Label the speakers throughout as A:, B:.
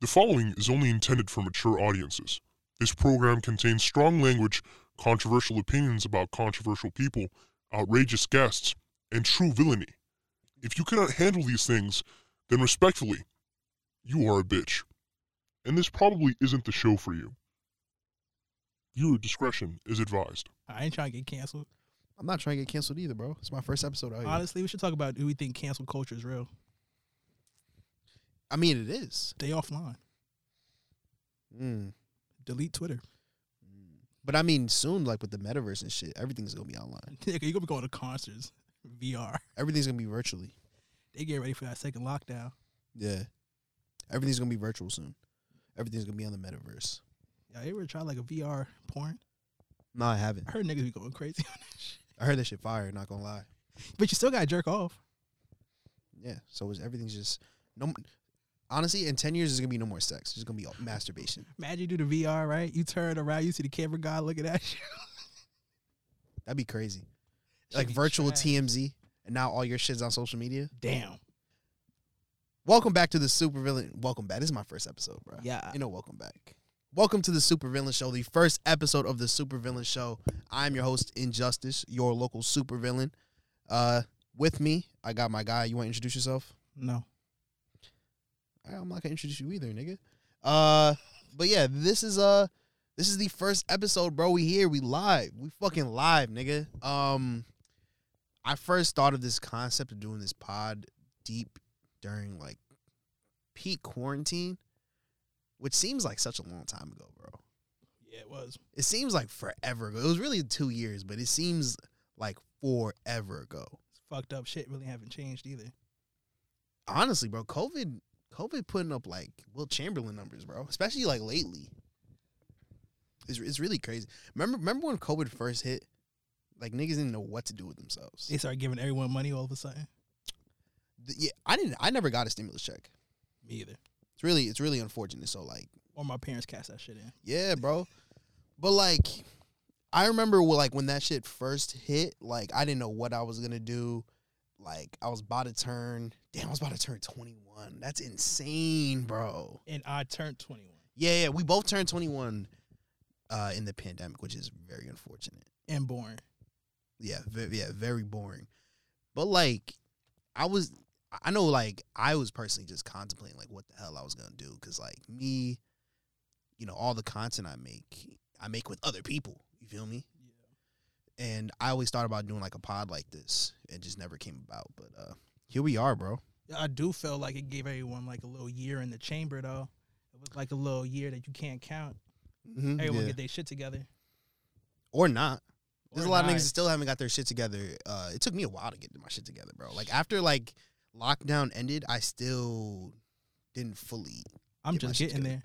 A: The following is only intended for mature audiences. This program contains strong language, controversial opinions about controversial people, outrageous guests, and true villainy. If you cannot handle these things, then respectfully, you are a bitch. And this probably isn't the show for you. Your discretion is advised.
B: I ain't trying to get canceled.
C: I'm not trying to get canceled either, bro. It's my first episode. out here.
B: Honestly, we should talk about do we think cancel culture is real?
C: I mean, it is. Mm.
B: Stay offline. Delete Twitter.
C: But I mean, soon, like with the metaverse and shit, everything's gonna be online.
B: Nigga, You're gonna be going to concerts, VR.
C: Everything's gonna be virtually.
B: They get ready for that second lockdown.
C: Yeah, everything's gonna be virtual soon. Everything's gonna be on the metaverse.
B: Y'all ever try like a VR porn?
C: No, I haven't.
B: I heard niggas be going crazy on that shit.
C: I heard that shit fire. Not gonna lie.
B: But you still gotta jerk off.
C: Yeah. So it's, everything's just no. m- Honestly, in ten years, there's gonna be no more sex. It's just gonna be all masturbation.
B: Imagine you do the VR, right? You turn around, you see the camera guy looking at you.
C: That'd be crazy.
B: Should
C: Like
B: be
C: virtual
B: trash.
C: TMZ, and now all your shit's on social media.
B: Damn.
C: Welcome back to the Supervillain. Welcome back. This is my first episode, bro.
B: Yeah.
C: You know, welcome back. Welcome to the Supervillain Show, the first episode of the Supervillain Show. I'm your host, Injustice, your local supervillain. Uh, with me, I got my guy. You want to introduce yourself?
B: No.
C: All right, I'm not gonna introduce you either, nigga. Uh, but yeah, this is uh, this is the first episode, bro. We here, we live, we fucking live, nigga. Um, I first thought of this concept of doing this pod deep during like peak quarantine, which seems like such a long time ago, bro.
B: Yeah, it was.
C: It seems like forever ago. It was really two years, but it seems like forever ago.
B: It's fucked up shit really haven't changed either.
C: Honestly, bro, COVID, COVID putting up like Will Chamberlain numbers, bro. Especially like lately. It's, it's really crazy. Remember, remember when COVID first hit? Like niggas didn't know what to do with themselves.
B: They start giving everyone money all of a sudden.
C: Th- yeah, I didn't. I never got a stimulus check.
B: Me either.
C: It's really, it's really unfortunate. So like,
B: Or my parents cast that shit in.
C: Yeah, bro. But like, I remember wh- like when that shit first hit. Like, I didn't know what I was gonna do. Like, I was about to turn. Damn, I was about to turn twenty one. That's insane, bro.
B: And I turned 21.
C: Yeah, yeah. We both turned twenty one uh, in the pandemic, which is very unfortunate.
B: And born.
C: Yeah, ve- yeah, very boring. But like, I was, I know, like, I was personally just contemplating like what the hell I was gonna do because like me, you know, all the content I make, I make with other people. You feel me? And I always thought about doing like a pod like this, and just never came about. But uh here we are, bro.
B: Yeah, I do feel like it gave everyone like a little year in the chamber though. It was like a little year that you can't count.
C: Mm-hmm.
B: Everyone get their shit together.
C: Or not. There's
B: Or
C: a lot
B: not.
C: of niggas that still haven't got their shit together. Uh, it took me a while to get my shit together, bro. Like after like lockdown ended, I still didn't fully
B: I'm
C: get my
B: just
C: shit
B: getting
C: together.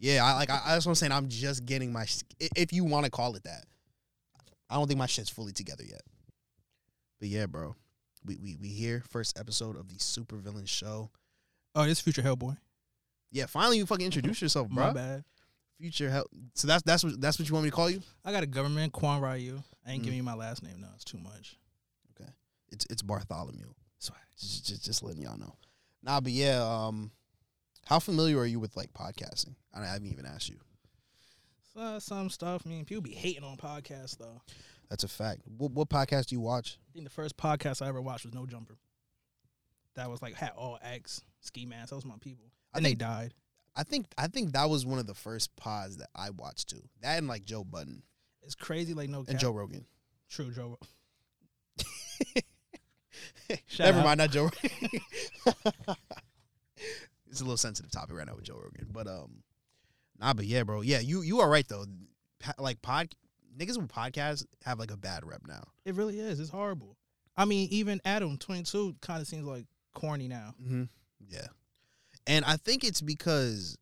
B: there.
C: Yeah, I like I, that's what I'm saying. I'm just getting my sh- i- if you want to call it that. I don't think my shit's fully together yet. But yeah, bro. We we we here first episode of the Supervillain show.
B: Oh, this future Hellboy.
C: Yeah, finally you fucking introduce yourself,
B: My
C: bro.
B: bad.
C: Future help. So that's that's what that's what you want me to call you?
B: I got a government Quan Ryu. I ain't
C: Mm.
B: giving you my last name. No, it's too much.
C: It's it's Bartholomew.
B: Swag.
C: Just just, just letting y'all know. Nah, but yeah, um how familiar are you with like podcasting? I, I haven't even asked you.
B: So, some stuff. I mean, people be hating on podcasts though.
C: That's a fact. What what podcast do you watch?
B: I think the first podcast I ever watched was No Jumper. That was like had all X ski mask. That was my people.
C: I
B: And they
C: think-
B: died.
C: I think I think that was one of the first pods that I watched too. That and like Joe Budden.
B: It's crazy. Like no
C: and
B: cap.
C: Joe Rogan.
B: True Joe. Shout
C: Never
B: out.
C: mind, not Joe. Rogan. it's a little sensitive topic right now with Joe Rogan, but um, nah, but yeah, bro, yeah, you you are right though. Pa- like pod niggas with podcasts have like a bad rep now.
B: It really is. It's horrible. I mean, even Adam twenty two kind of seems like corny now.
C: Mm-hmm. Yeah, and I think it's because,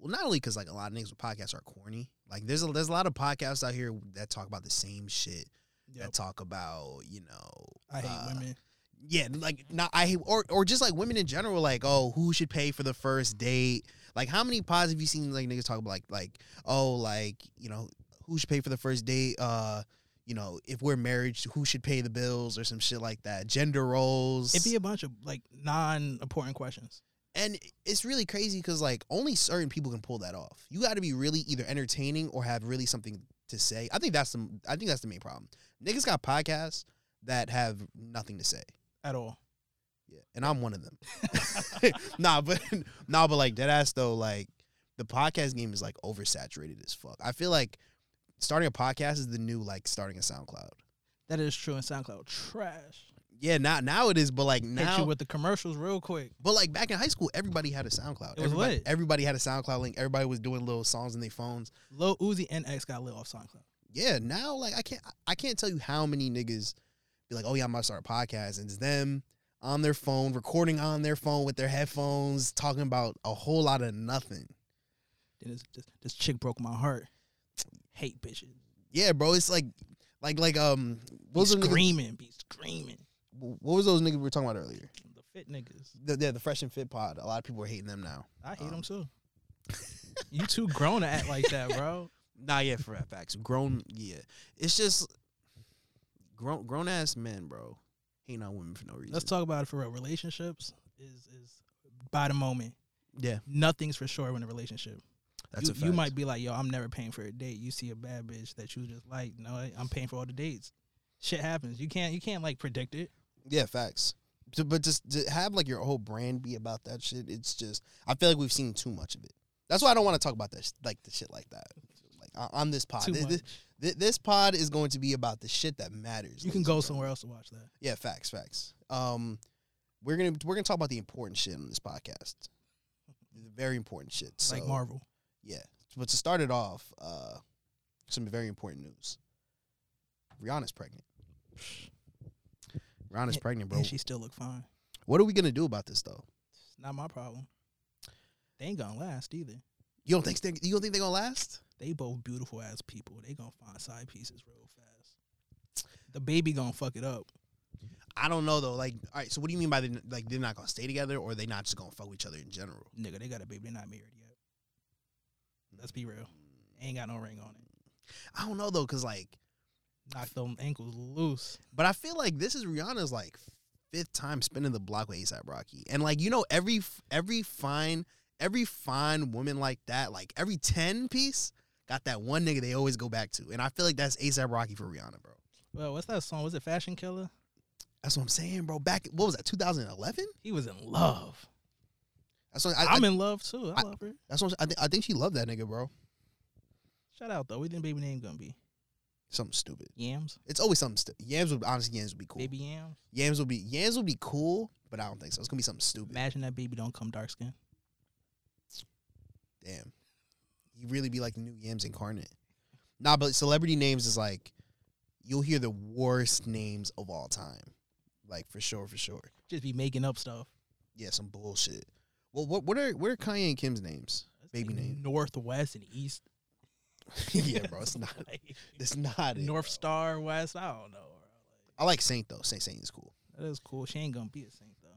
C: well, not only because like a lot of niggas with podcasts are corny. Like there's a, there's a lot of podcasts out here that talk about the same shit. That
B: Yep.
C: talk about you know
B: I hate
C: uh,
B: women.
C: yeah, like not I or or just like women in general, like oh, who should pay for the first date? Like how many pods have you seen like niggas talk about like like oh like you know who should pay for the first date? Uh, you know if we're married, who should pay the bills or some shit like that? Gender roles.
B: It'd be a bunch of like non important questions.
C: And it's really crazy because like only certain people can pull that off. You got to be really either entertaining or have really something to say. I think that's the I think that's the main problem. Niggas got podcasts that have nothing to say.
B: at all.
C: Yeah, and I'm one of them. nah, but nah, but like dead ass though, like the podcast game is like oversaturated as fuck. I feel like starting a podcast is the new like starting a SoundCloud.
B: That is true in SoundCloud. Trash.
C: Yeah, now now it is, but like
B: Hit
C: now,
B: you with the commercials real quick.
C: but like back in high school, everybody had a SoundCloud.
B: It was
C: everybody,
B: lit.
C: everybody had a SoundCloud link. Everybody was doing little songs in their phones.
B: Lil Uzi and X got lit off SoundCloud.
C: Yeah, now like I can't I can't tell you how many niggas be like, oh yeah, I'm about to start a podcast, and it's them on their phone recording on their phone with their headphones talking about a whole lot of nothing.
B: Then this, this, this chick broke my heart. Hate bitches.
C: Yeah, bro. It's like, like, like, um,
B: Be
C: what was, those niggas,
B: screaming. Be screaming.
C: what was those niggas we were talking about earlier?
B: The fit niggas.
C: The, yeah, the Fresh and Fit pod. A lot of people are hating them now.
B: I hate
C: Um,
B: them too. you too grown to act like that, bro.
C: Nah, yeah, for facts. Grown, yeah. It's just grown, grown ass men, bro, hating on women for no reason.
B: Let's talk about it for real. Relationships is is by the moment.
C: Yeah,
B: Nothing's for sure in a relationship.
C: that's
B: you,
C: a fact.
B: you might be like, yo, I'm never paying for a date. You see a bad bitch that you just like, no, I- I'm paying for all the dates. Shit happens. You can't you can't like predict it.
C: Yeah, facts. So, but just to have like your whole brand be about that shit, it's just I feel like we've seen too much of it. That's why I don't want to talk about that, sh- like the shit like that, like on- on Ah, this pod.
B: Too
C: Thi- thi-
B: much.
C: thi- this pod is going to be about the shit that matters.
B: You can
C: ladies
B: go
C: and gentlemen.
B: somewhere else to watch that.
C: Yeah, facts, facts. Um, we're gonna we're gonna talk about the important shit on this podcast. The very important shit. So,
B: like Marvel.
C: Yeah, but to start it off, uh, some very important news. Rihanna's pregnant. Rihanna's
B: And-
C: pregnant, bro.
B: And she still look fine.
C: What are we gonna do about this though?
B: It's not my problem. They ain't gonna last either.
C: You don't think they, you don't think they're gonna last?
B: They both beautiful ass people. They gonna find side pieces real fast. The baby gonna fuck it up.
C: I don't know though. Like, all right. So what do you mean by they, like they're not gonna stay together, or they not just gonna fuck with each other in general?
B: Nigga, they got a baby, they not married yet. Let's be real. Ain't got no ring on it.
C: I don't know though, cause like,
B: Knock them ankles loose.
C: but I feel like this is Rihanna's like fifth time spinning the block with ASAP Rocky, and like you know every every fine every fine woman like that, like every ten piece got that one nigga they always go back to, and I feel like that's ASAP Rocky for Rihanna, bro.
B: Well, what's that song? Was it Fashion Killer?
C: That's what I'm saying, bro. Back what was that 2011?
B: He was in love.
C: That's what I,
B: I,
C: I,
B: am in love too. I,
C: I-
B: love her.
C: that's what I, thi- I think she loved that nigga, bro.
B: Shout out though. What do you think baby name gonna be?
C: Something stupid.
B: Yams?
C: It's always something stupid. Yams would honestly yams would be cool.
B: Baby Yams?
C: Yams would be yams would be cool, but I don't think so. It's gonna be something stupid.
B: Imagine that baby don't come dark skin.
C: Damn, you really be like the new yams incarnate. Nah, but celebrity names is like you'll hear the worst names of all time, like for sure, for sure.
B: Just be making up stuff.
C: Yeah, some bullshit. Well, what what are what are Kanye and Kim's names?
B: That's
C: Baby
B: like
C: name.
B: Northwest and East.
C: yeah, bro, it's not.
B: Like,
C: It's not it,
B: North
C: bro.
B: Star West. I don't know. bro.
C: I like Saint though. Saint Saint is cool.
B: Like, that is cool. She ain't gonna be a saint though.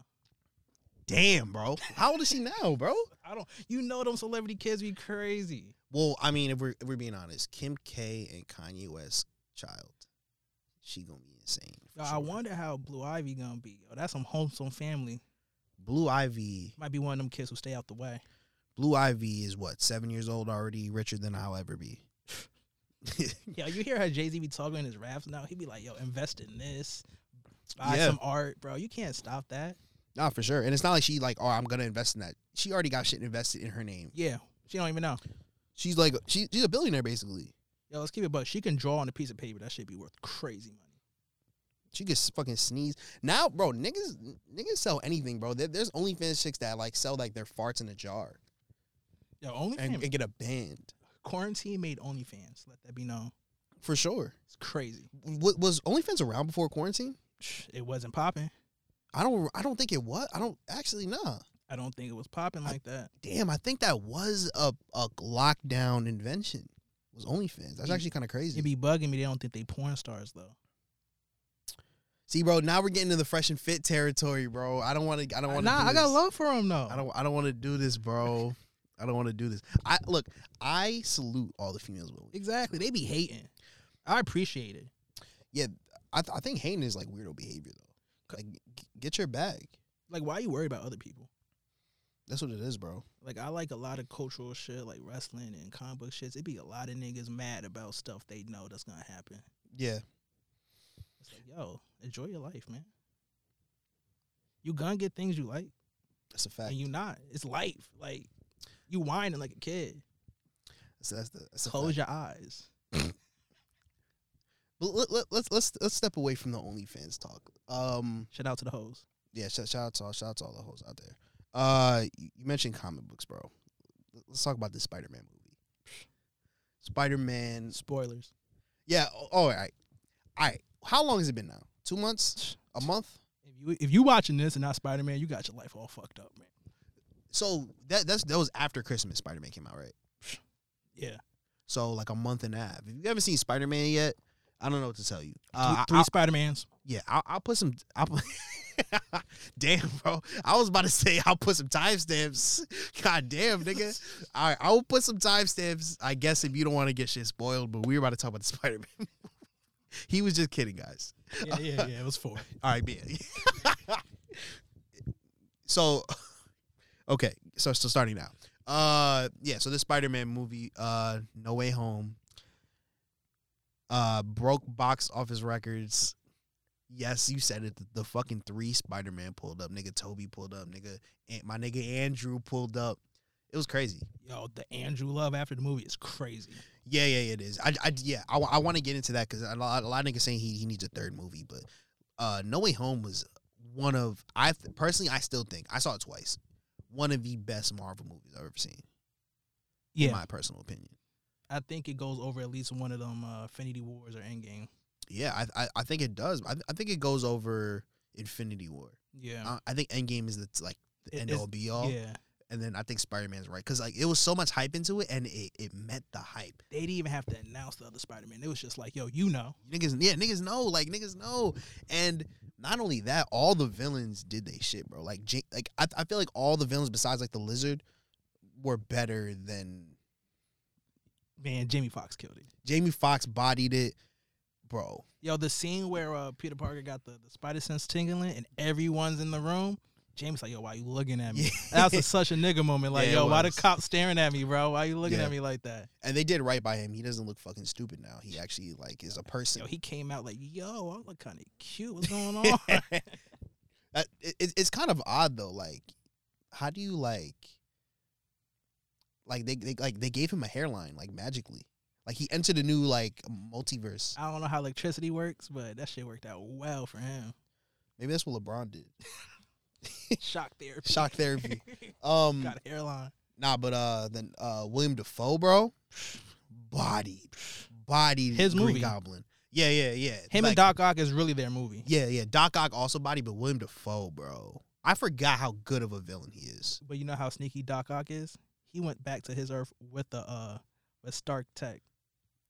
C: Damn, bro. How old is she now, bro?
B: I don't. You know them celebrity kids be crazy.
C: Well, I mean, if we're if we're being honest, Kim K and Kanye West child, she gonna be insane. for
B: Yo, Uh, I
C: sure.
B: wonder how Blue Ivy gonna be. Yo, that's some wholesome family.
C: Blue Ivy.
B: Might be one of them kids who stay out the way.
C: Blue Ivy is what seven years old already, richer than I'll ever be.
B: Yeah, you hear how Jay Z be talking in his raps now. He be like, "Yo, invest in this, buy
C: Yeah.
B: some art, bro. You can't stop that."
C: nah, for sure. And it's not like she like, oh, I'm gonna invest in that. She already got shit invested in her name.
B: Yeah, she don't even know.
C: She's like, she, she's a billionaire basically.
B: Yo, let's keep it. But she can draw on a piece of paper. That should be worth crazy money.
C: She could s- fucking sneeze. Now, bro, niggas, niggas sell anything, bro. There, there's OnlyFans chicks that like sell like their farts in a jar
B: Yo, only
C: and, and get a band
B: quarantine made OnlyFans. Let that be known.
C: for sure.
B: It's crazy.
C: What was OnlyFans around before quarantine?
B: It wasn't popping.
C: I don't, I don't think it was. I don't actually, nah.
B: I don't think it was popping like that.
C: Damn, I think that was a, a lockdown invention. Was OnlyFans. That's
B: Mm.
C: actually kind of crazy.
B: It be bugging me. They don't think they porn stars though.
C: See, bro, now we're getting into the fresh and fit territory, bro. I don't want to. I don't want to.
B: Uh, Nah, I got love for them though.
C: I don't. I don't want to do this, bro. I don't want to do this. I look. I salute all the females. With
B: exactly. They be hating. I appreciate it.
C: I, th- I think hating is like weirdo behavior though. Like, g- get your bag.
B: Like, why you worried about other people?
C: That's what it is, bro.
B: Like I like a lot of cultural shit, like wrestling and comic book shits. It be a lot of niggas mad about stuff they know that's gonna happen.
C: Yeah.
B: It's like, yo, enjoy your life, man. You gonna get things you like,
C: That's a fact.
B: and you not. It's life. Like you whining like a kid.
C: that's, that's, the, that's a
B: Close
C: fact.
B: your eyes.
C: But let, let, let's let's let's step away from the OnlyFans talk. Um,
B: Shout out to the hoes.
C: yeah, shout, shout out to all shout out to all the hoes out there. Uh, you you mentioned comic books, bro. Let's talk about this Spider-Man movie. Spider-Man.
B: Spoilers.
C: Yeah. oh, All right. All right. How long has it been now? Two months? A month?
B: If you if you watching this and not Spider Man, you got your life all fucked up, man.
C: So that that's that was after Christmas. Spider-Man came out, right?
B: Yeah,
C: So like a month and a half. If you haven't seen Spider-Man yet, I don't know what to tell you. Uh, I-
B: three, three Spider Mans.
C: Yeah, I'll, I'll put some. I'll put, damn, bro. I was about to say I'll put some timestamps. God damn, nigga. All right, I will put some timestamps. I guess if you don't want to get shit spoiled, but we were about to talk about the Spider Man. he was just kidding, guys.
B: Yeah, yeah, yeah. It was four.
C: All right, man. so, okay, so so starting now. Uh, yeah. So this Spider Man movie, uh, No Way Home, uh, broke box office records. Yes, you said it. The, the fucking three Spider Man pulled up. Nigga Toby pulled up. Nigga, and my nigga Andrew pulled up. It was crazy.
B: Yo, the Andrew Love after the movie is crazy.
C: Yeah, yeah, yeah, it is. I, I yeah, I, want to get into that because a lot, a lot of niggas saying he, he needs a third movie, but uh, No Way Home was one of I th- personally I still think I saw it twice, one of the best Marvel movies I've ever seen. in my personal opinion.
B: I think it goes over at least one of them uh, Infinity Wars or Endgame.
C: Yeah, I I, I think it does. I, I think it goes over Infinity War.
B: Yeah,
C: I, I think Endgame is the like the
B: It-
C: end
B: it's-
C: all be all,
B: yeah.
C: and then I think Spider Man's right because like it was so much hype into it and it, it met the hype.
B: They didn't even have to announce the other Spider Man. It was just like, yo, you know,
C: Niggas, yeah, niggas know, like niggas know, and not only that, all the villains did they shit, bro. Like, J- like I, I feel like all the villains besides like the lizard were better than
B: man, Jamie Foxx killed it.
C: Jamie Foxx bodied it, bro.
B: Yo, the scene where uh, Peter Parker got the, the spider sense tingling and everyone's in the room. James like, yo, why you looking at me? That was a- such a nigga moment. Like,
C: Yeah, it
B: yo, why the
C: was.
B: cop staring at me, bro? Why you looking
C: Yeah.
B: at me like that?
C: and they did right by him. He doesn't look fucking stupid now. He actually like is a person.
B: Yo, he came out like, yo, I look kind of cute. What's going on?
C: Uh, it- it- it's kind of odd though. Like, how do you like, like they, they like they gave him a hairline like magically. Like he entered a new like multiverse.
B: I don't know how electricity works, but that shit worked out well for him.
C: Maybe that's what LeBron did.
B: Shock therapy.
C: Shock therapy. Um,
B: Got a hairline.
C: nah, but uh, then uh, William Defoe, bro, body, body.
B: His
C: Green
B: movie.
C: Goblin. Yeah, yeah, yeah.
B: Him
C: Like,
B: and Doc Ock is really their movie.
C: Yeah, yeah. Doc Ock also body, but William Defoe, bro. I forgot how good of a villain he is.
B: But you know how sneaky Doc Ock is? He went back to his Earth with the uh with Stark Tech.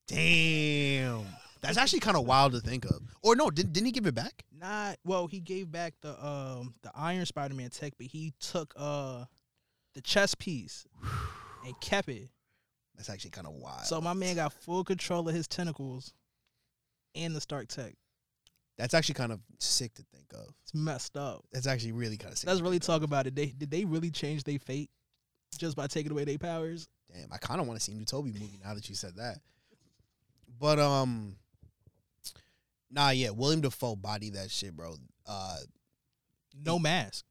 C: Damn, that's actually kind of wild to think of. Or no, didn't didn't he give it back?
B: Not well, he gave back the um the Iron Spider Man tech, but he took uh the chess piece and kept it.
C: That's actually kind of wild.
B: So my man got full control of his tentacles and the Stark Tech.
C: that's actually kind of sick to think of.
B: It's messed up.
C: That's actually really kind of sick.
B: Let's
C: to
B: really
C: think
B: talk about it. They did they really change their fate just by taking away their powers?
C: of. Damn, I kind of want to see a new Toby movie now that you said that. But um, nah, yeah, William Defoe body that shit, bro. Uh,
B: No mask.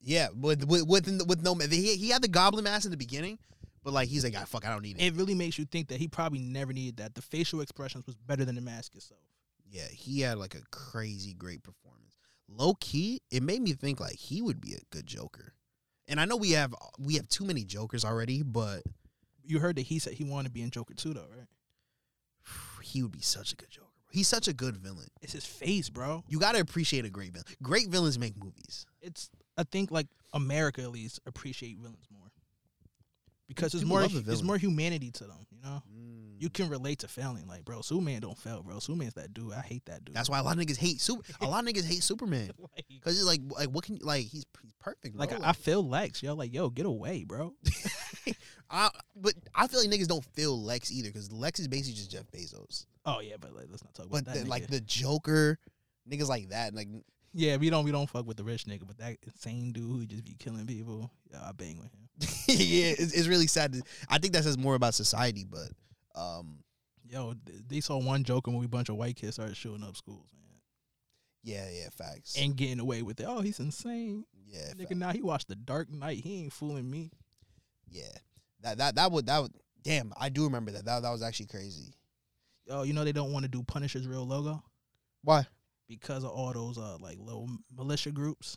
C: yeah, with with with, with no man, he he had the Goblin mask in the beginning, but like he's like, ah, fuck, I don't need it.
B: It really makes you think that he probably never needed that. The facial expressions was better than the mask itself.
C: Yeah, he had like a crazy great performance. Low key, it made me think like he would be a good Joker. And I know we have we have too many Jokers already, but
B: You heard that he said he wanted to be in Joker too, though, right?
C: he would be such a good Joker. He's such a good villain.
B: It's his face, bro.
C: You gotta appreciate a great villain. Great villains make movies.
B: It's I think like America at least appreciate villains more because there's
C: People
B: more
C: love the
B: there's
C: villain. Mm.
B: more humanity to them. You know, you can relate to failing. Like, bro, Superman don't fail, bro. Superman's that dude. I hate that dude.
C: That's why a lot of niggas hate super. A lot of niggas hate Superman
B: like,
C: because he's like, like what can you like? He's, he's perfect.
B: like
C: bro.
B: I, I feel Lex, yo. Like, yo, get away, bro.
C: I, but I feel like niggas don't feel Lex either because Lex is basically just Jeff Bezos.
B: oh yeah, but like, let's not talk about
C: But
B: that.
C: the,
B: nigga.
C: like the Joker, niggas like that, like
B: Yeah, we don't we don't fuck with the rich nigga, but that insane dude who just be killing people, yeah, I bang with him.
C: yeah, it's, it's really sad. To, I think that says more about society, but um,
B: Yo, th- they saw one Joker movie, bunch of white kids started shooting up schools, man,
C: yeah, yeah, facts.
B: and getting away with it. Oh, he's insane,
C: yeah,
B: nigga.
C: fact-
B: Now he watched The Dark Knight. He ain't fooling me.
C: yeah. That that that would that would. Damn, I do remember that. That that was actually crazy.
B: Oh, you know they don't want to do Punisher's real logo
C: Why?
B: because of all those uh like little militia groups.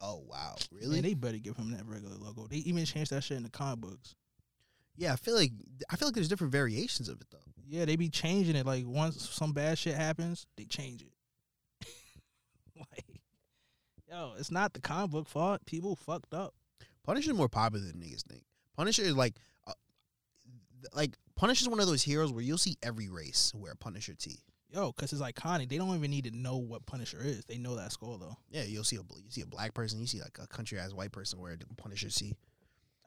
C: Oh wow,
B: Really?
C: really?
B: Man, they better give him that regular logo. They even changed that shit in the comic books.
C: yeah, I feel like I feel like there's different variations of it though.
B: Yeah, they be changing it. Like once some bad shit happens, they change it. like, yo, it's not the comic book fault. People fucked up.
C: Punisher's more popular than niggas think. Punisher is like, uh, th- like Punisher's one of those heroes where you'll see every race wear a Punisher tee.
B: Yo, cause it's iconic. They don't even need to know what Punisher is. They know that score though.
C: Yeah, you'll see a bl- you see a black person, you see like a country ass white person wear a Punisher tee.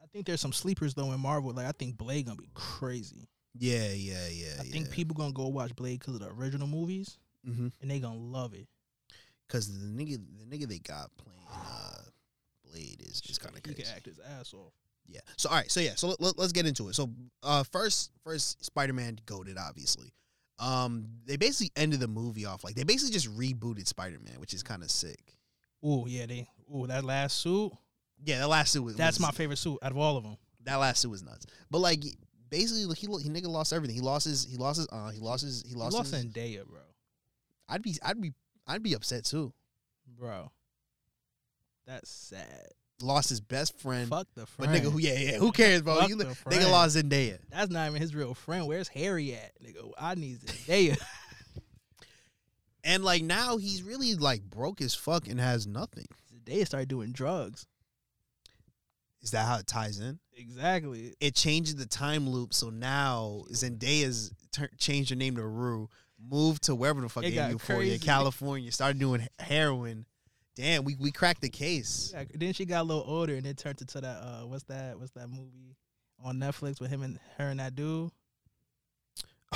B: I think there's some sleepers though in Marvel. Like I think Blade gonna be crazy.
C: Yeah, yeah, yeah.
B: I think people gonna go watch Blade because of the original movies
C: mm-hmm.
B: and they gonna love it.
C: Cause the nigga, the nigga they got playing uh, Blade is is
B: Shit,
C: kind of
B: He
C: crazy.
B: can act his ass off.
C: Yeah. So all right. So yeah. So let, let, us get into it. So uh, first, first Spider Man goaded obviously. Um, they basically ended the movie off like they basically just rebooted Spider Man, which is kind of sick.
B: Ooh yeah, they. Ooh that last suit.
C: Yeah, that last suit was
B: That's
C: was-
B: my favorite suit out of all of them.
C: that last suit was nuts. But like basically, like, he lo- he nigga lost everything. He lost his he lost his uh he lost his he
B: Lost,
C: lost,
B: lost
C: his,
B: Zendaya, bro.
C: I'd be I'd be I'd be upset too.
B: Bro, that's sad.
C: Lost his best friend.
B: Fuck the
C: But
B: friend.
C: nigga, who yeah yeah who cares, bro?
B: Fuck
C: You,
B: the
C: li- nigga
B: friend.
C: lost Zendaya.
B: That's not even his real friend. Where's Harry at? Nigga, I need Zendaya.
C: And like now he's really like broke as fuck and has nothing.
B: Zendaya started doing drugs.
C: Is that how it ties in?
B: Exactly.
C: It changes the time loop, so now Zendaya's tur changed her name to Rue, moved to wherever the fuck
B: It
C: they
B: got
C: in Euphoria,
B: crazy.
C: California, started doing he- heroin. Damn, we, we cracked the case.
B: Yeah, then she got a little older and it turned into that uh what's that what's that movie on Netflix with him and her and that dude?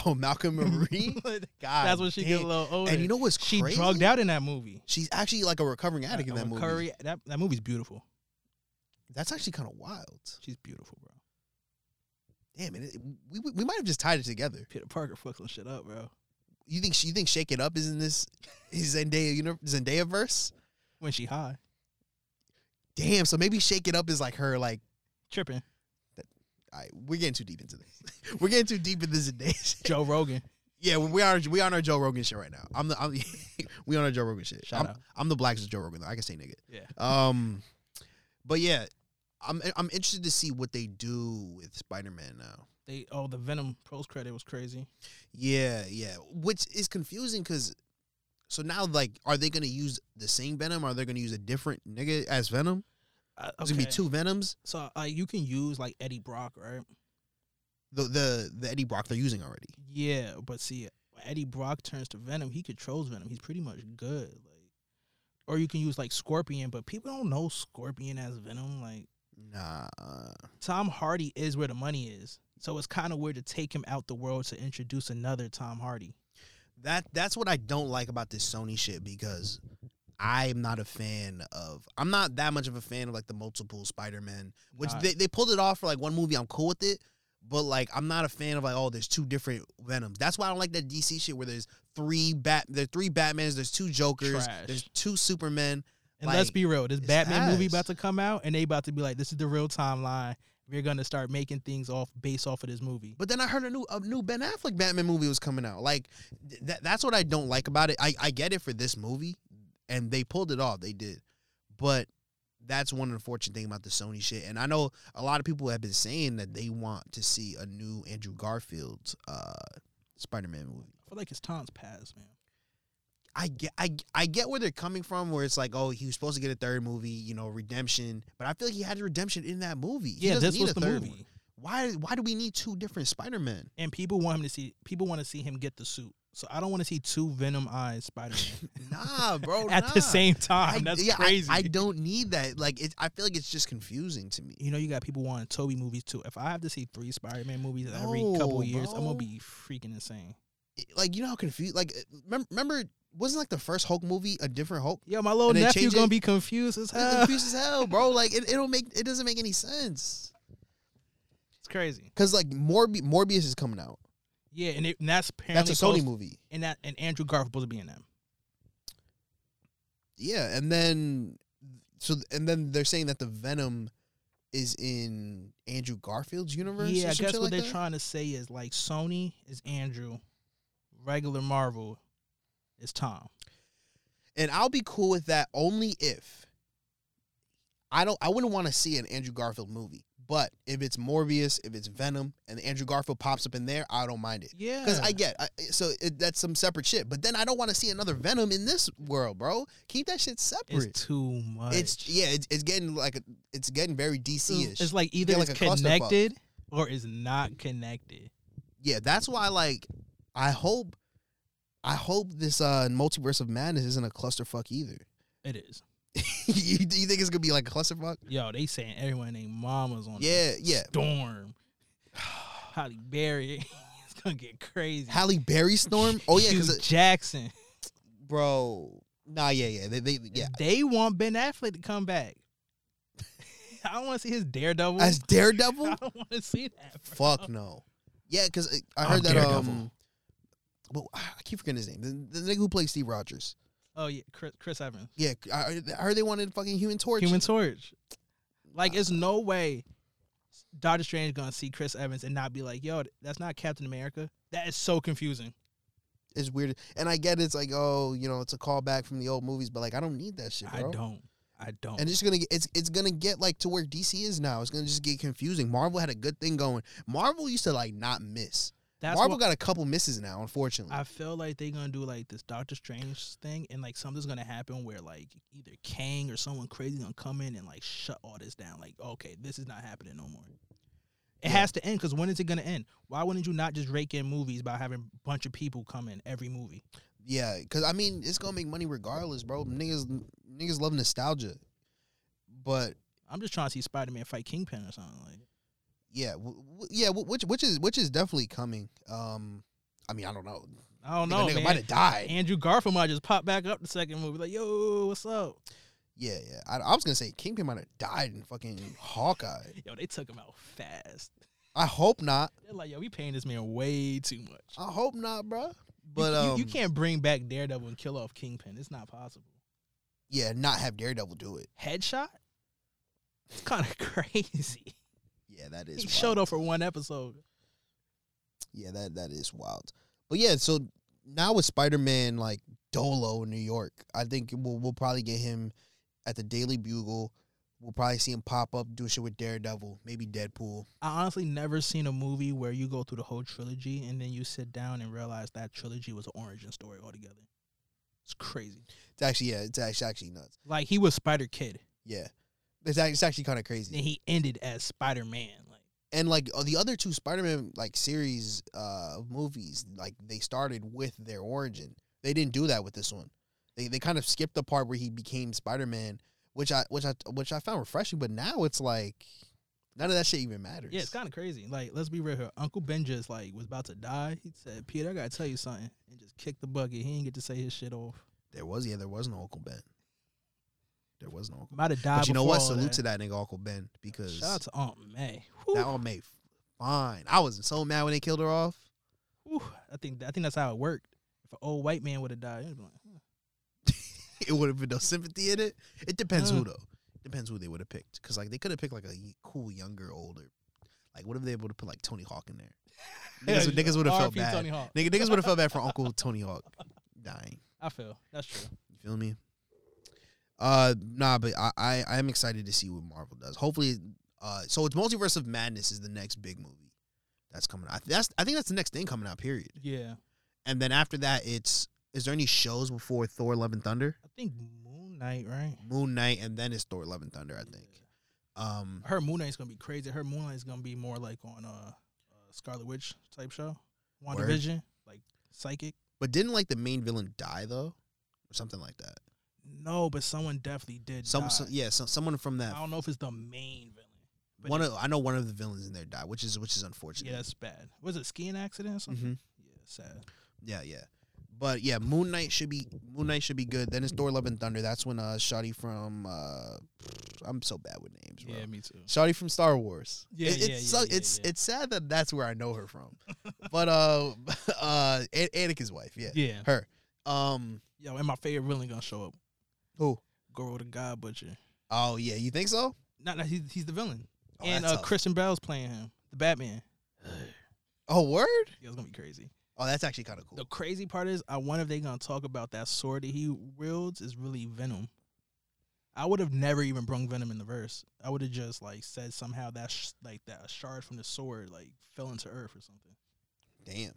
C: Oh, Malcolm Marie. God,
B: That's when she
C: damn.
B: get a little older.
C: And you know what's
B: she
C: crazy?
B: drugged out in that movie.
C: She's actually like a recovering addict in
B: Uh,
C: that
B: with
C: movie.
B: Curry, that that movie's beautiful.
C: That's actually kind of wild.
B: She's beautiful, bro.
C: Damn, and it, we we we might have just tied it together.
B: Peter Parker fucks some shit up, bro.
C: You think she- you think Shake It Up is in this is Zendaya uni- Zendaya verse?
B: When she high,
C: Damn, so maybe Shake It Up is like her like.
B: tripping.
C: All right, we're getting too deep into this. we're getting too deep into Zendaya. shit.
B: Joe Rogan.
C: yeah, we are we on our Joe Rogan shit right now. I'm the I'm, we on our Joe Rogan shit.
B: Shout
C: I'm,
B: out.
C: I'm the blacks of Joe Rogan though. I can say nigga.
B: Yeah.
C: Um, but yeah, I'm I'm interested to see what they do with Spider Man now.
B: They oh the Venom post credit was crazy.
C: Yeah, yeah. Which is confusing because so now like, are they gonna use the same Venom? Are they gonna use a different nigga as Venom?
B: Uh,
C: There's gonna be two Venoms.
B: So uh, you can use like Eddie Brock, right?
C: The the the Eddie Brock they're using already.
B: Yeah, but see, when Eddie Brock turns to Venom. He controls Venom. He's pretty much good. Like, or you can use like Scorpion, but people don't know Scorpion as Venom. Like
C: Nah.
B: Tom Hardy is where the money is. So it's kind of weird to take him out the world to introduce another Tom Hardy.
C: That that's what I don't like about this Sony shit because I'm not a fan of I'm not that much of a fan of like the multiple Spider Man. Which
B: Nah.
C: they, they pulled it off for like one movie, I'm cool with it. But like I'm not a fan of like, oh, there's two different Venoms. That's why I don't like that DC shit where there's three bat there's three Batmans, there's two Jokers,
B: Trash.
C: there's two Supermen.
B: And let's
C: Like,
B: be real, this
C: it's
B: Batman movie
C: ass.
B: about to come out, and they about to be like, "This is the real timeline. We're gonna start making things off based off of this movie."
C: But then I heard a new a new Ben Affleck Batman movie was coming out. Like th- that that's what I don't like about it. I, I get it for this movie and they pulled it off. They did. But that's one unfortunate thing about the Sony shit. And I know a lot of people have been saying that they want to see a new Andrew Garfield uh Spider-Man movie.
B: I feel like his time's passed, man.
C: I get I, I get where they're coming from where it's like, oh, he was supposed to get a third movie, you know, redemption. But I feel like he had redemption in that movie. He
B: Yeah,
C: doesn't
B: this
C: need
B: was
C: a
B: the
C: third
B: movie.
C: one. Why why do we need two different Spider-Men?
B: and people want him to see people want to see him get the suit. So I don't want to see two Venom eyes Spider
C: Nah, bro.
B: Man at the
C: Oh, nah.
B: same time.
C: I-
B: That's
C: yeah, I-
B: crazy.
C: I, don't need that. Like, it, I feel like it's just confusing to me.
B: you know, you got people wanting Toby movies too. If I have to see three Spider Man movies every couple
C: No,
B: years, I'm
C: bro.
B: gonna be freaking insane.
C: Like, you know how confused. Like, uh, remember, remember wasn't like the first Hulk movie a different Hulk?
B: Yo, my little
C: And they
B: nephew
C: change
B: gonna
C: it-
B: be confused as
C: It's
B: hell.
C: confused as hell, bro. Like it, it don't make it doesn't make any sense.
B: It's crazy.
C: Cause like Morbi- Morbius is coming out.
B: Yeah, and, it, and that's apparently
C: That's a Sony
B: supposed-
C: movie.
B: And that and Andrew Garfield supposed to be in them.
C: Yeah, and then so and then they're saying that the Venom is in Andrew Garfield's universe.
B: Yeah,
C: or
B: I
C: some
B: guess
C: shit
B: what
C: like
B: they're
C: that?
B: trying to say is like Sony is Andrew, regular Marvel is Tom.
C: And I'll be cool with that only if I don't I wouldn't want to see an Andrew Garfield movie. But if it's Morbius, if it's Venom, and Andrew Garfield pops up in there, I don't mind it.
B: Yeah,
C: Because I get I, so it, that's some separate shit. But then I don't want to see another Venom in this world, bro. Keep that shit separate.
B: it's too much.
C: It's yeah, it's, it's getting like a, it's getting very DC
B: it's
C: ish.
B: like either
C: like,
B: it's
C: a clusterfuck.
B: connected or it's not connected.
C: Yeah, that's why like I hope I hope this uh multiverse of madness isn't a clusterfuck either.
B: It is.
C: you, you think it's gonna be like a clusterfuck?
B: Yo, they saying everyone named Mama's on yeah.
C: Yeah, yeah.
B: storm. Holly Berry, it's gonna get crazy.
C: Halle Berry storm. Oh yeah,
B: Hugh
C: because
B: Jackson.
C: bro. Nah, yeah, yeah. They, they yeah.
B: They want Ben Affleck to come back. I don't want to see his Daredevil.
C: As Daredevil.
B: I don't want to see that. bro.
C: Fuck no. Yeah, because I
B: I'm
C: heard that.
B: Daredevil.
C: Um, well, I keep forgetting his name. The, the nigga who plays Steve Rogers.
B: Oh yeah, Chris, Chris Evans,
C: Yeah, I, I heard they wanted fucking Human Torch. Ah.
B: Human Torch. Like, it's no way Doctor Strange gonna see Chris Evans and not be like, "Yo, that's not Captain America." That is so confusing.
C: It's weird, and I get it's like, oh, you know, it's a callback from the old movies, but like, I don't need that shit, bro.
B: I don't. I don't.
C: And it's gonna get it's it's gonna get like to where DC is now. It's gonna just get confusing. Marvel had a good thing going. Marvel used to like not miss.
B: that's
C: Marvel
B: what
C: got a couple misses now, unfortunately.
B: I feel like they're gonna do like this Doctor Strange thing, and like something's gonna happen where like either Kang or someone crazy gonna come in and like shut all this down. Like, okay, this is not happening no more. It
C: Yeah.
B: has to end because when is it gonna end? Why wouldn't you not just rake in movies by having a bunch of people come in every movie?
C: Yeah, because I mean, it's gonna make money regardless, bro. Niggas, niggas love nostalgia, but
B: I'm just trying to see Spider Man fight Kingpin or something. Like,
C: yeah, w- w- yeah, w- which which is which is definitely coming. Um, I mean, I don't know.
B: I don't
C: Nigga-
B: know,
C: nigga
B: man.
C: might have died.
B: Andrew Garfield might just pop back up the second movie, like, yo, what's up?
C: Yeah, yeah. I, I was gonna say Kingpin might have died in fucking Hawkeye.
B: Yo, they took him out fast.
C: I hope not.
B: They're like, yo, we paying this man way too much.
C: I hope not, bro.
B: You-
C: But
B: you,
C: um,
B: you can't bring back Daredevil and kill off Kingpin. It's not possible.
C: Yeah, not have Daredevil do it.
B: Headshot? It's kind of crazy.
C: Yeah, that
B: He
C: is.
B: showed
C: wild.
B: up for one episode.
C: Yeah, that that is wild. But yeah, so now with Spider Man like Dolo in New York, I think we'll we'll probably get him at the Daily Bugle. We'll probably see him pop up do shit with Daredevil, maybe Deadpool.
B: I honestly never seen a movie where you go through the whole trilogy and then you sit down and realize that trilogy was an origin story altogether. It's crazy.
C: It's actually yeah, it's actually, actually nuts.
B: Like he was Spider Kid,
C: Yeah, it's actually, it's actually kind of
B: then
C: crazy.
B: he ended as Spider Man. Like
C: And like uh, the other two Spider Man like series uh movies, like they started with their origin. They didn't do that with this one. They they kind of skipped the part where he became Spider Man, which I which I which I found refreshing. But now it's like none of that shit even matters.
B: yeah, it's kind of crazy. Like let's be real here. Uncle Ben just like was about to die. He said, "Peter, I gotta tell you something," and just kicked the bucket. He didn't get to say his shit off.
C: There was yeah, there was no Uncle Ben. There was no Uncle.
B: Might have died.
C: Ben. But you know
B: before
C: what?
B: all
C: Salute
B: that.
C: to that nigga Uncle Ben because
B: Shout out to Aunt May.
C: that
B: Whew.
C: all made fine. I was so mad when they killed her off.
B: Whew. I think I think that's how it worked. If an old white man would have died, it'd be like, "Hmm." huh.
C: It would have been no sympathy in it. It depends
B: Uh.
C: who though. Depends who they would have picked. Cause like they could have picked like a y- cool younger older. Like what if they would have put like Tony Hawk in there? Niggas,
B: Yeah,
C: niggas would have felt
B: R.I.P. Tony
C: bad.
B: Hawk.
C: Nigga, niggas would have felt bad for Uncle Tony Hawk dying.
B: I feel that's true.
C: You feel me? Uh, nah, but I, I I'm excited to see what Marvel does. Hopefully, uh, so it's Multiverse of Madness is the next big movie that's coming out. That's I think that's the next thing coming out. Period.
B: Yeah,
C: And then after that, it's is there any shows before Thor: Love and Thunder,
B: I think Moon Knight, right?
C: Moon Knight, and then it's Thor: Love and Thunder? I think.
B: Yeah.
C: Um,
B: I heard Moon Knight's gonna be crazy. I heard Moon Knight's gonna be more like on uh, uh Scarlet Witch type show, WandaVision, like psychic.
C: but didn't like the main villain die though, or something like that.
B: No, but someone definitely did.
C: Some,
B: die.
C: some yeah, some, someone from
B: I
C: that
B: don't know if it's the main villain. But
C: one
B: it-
C: of I know one of the villains in there died, which is which is unfortunate.
B: yeah, that's bad. Was it skiing accident or something?
C: Mhm.
B: Yeah, sad.
C: Yeah, yeah. But yeah, Moon Knight should be Moon Knight should be good. Then it's Thor: Love and Thunder. That's when uh Shotty from uh I'm so bad with names, bro.
B: Yeah, me too.
C: Shotty from Star Wars.
B: Yeah,
C: it,
B: yeah,
C: it
B: yeah,
C: suck-
B: yeah,
C: it's
B: yeah.
C: it's sad that that's where I know her from. but uh uh An- Anakin's wife, yeah.
B: Yeah.
C: Her. Um oh,
B: Yo, and my favorite villain gonna show up.
C: who?
B: Goro the God Butcher.
C: Oh yeah, you think so?
B: Not that he's, he's the villain.
C: Oh,
B: and
C: that's
B: uh,
C: tough.
B: Christian Bale's playing him, the Batman.
C: Oh word?
B: Yeah, it's gonna be crazy.
C: Oh, that's actually kind of cool.
B: The crazy part is, I wonder if they're gonna talk about that sword that he wields is really Venom. I would have never even brung Venom in the verse. I would have just like said somehow that sh- like that shard from the sword like fell into Earth or something.
C: Damn.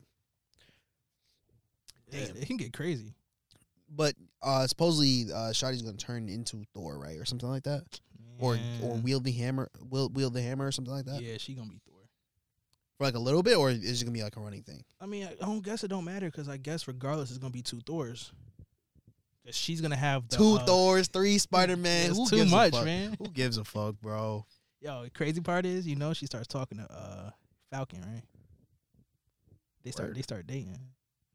B: Yeah,
C: Damn.
B: it can get crazy.
C: But uh supposedly uh Shotty's going to turn into Thor, right? Or something like that. Or or
B: Yeah.
C: wield the hammer, wield, wield the hammer or something like that.
B: yeah, she gonna be Thor.
C: For like a little bit or is it going to be like a running thing?
B: I mean, I I don't guess it don't matter because I guess regardless, it's gonna be two Thors. 'Cause she's gonna have the,
C: two
B: uh,
C: Thors, three Spider-Man.
B: It's
C: Who
B: too
C: gives a
B: much,
C: fuck?
B: man.
C: Who gives a fuck, bro?
B: Yo, the crazy part is, you know, she starts talking to uh Falcon, right? They start
C: Word.
B: they start dating.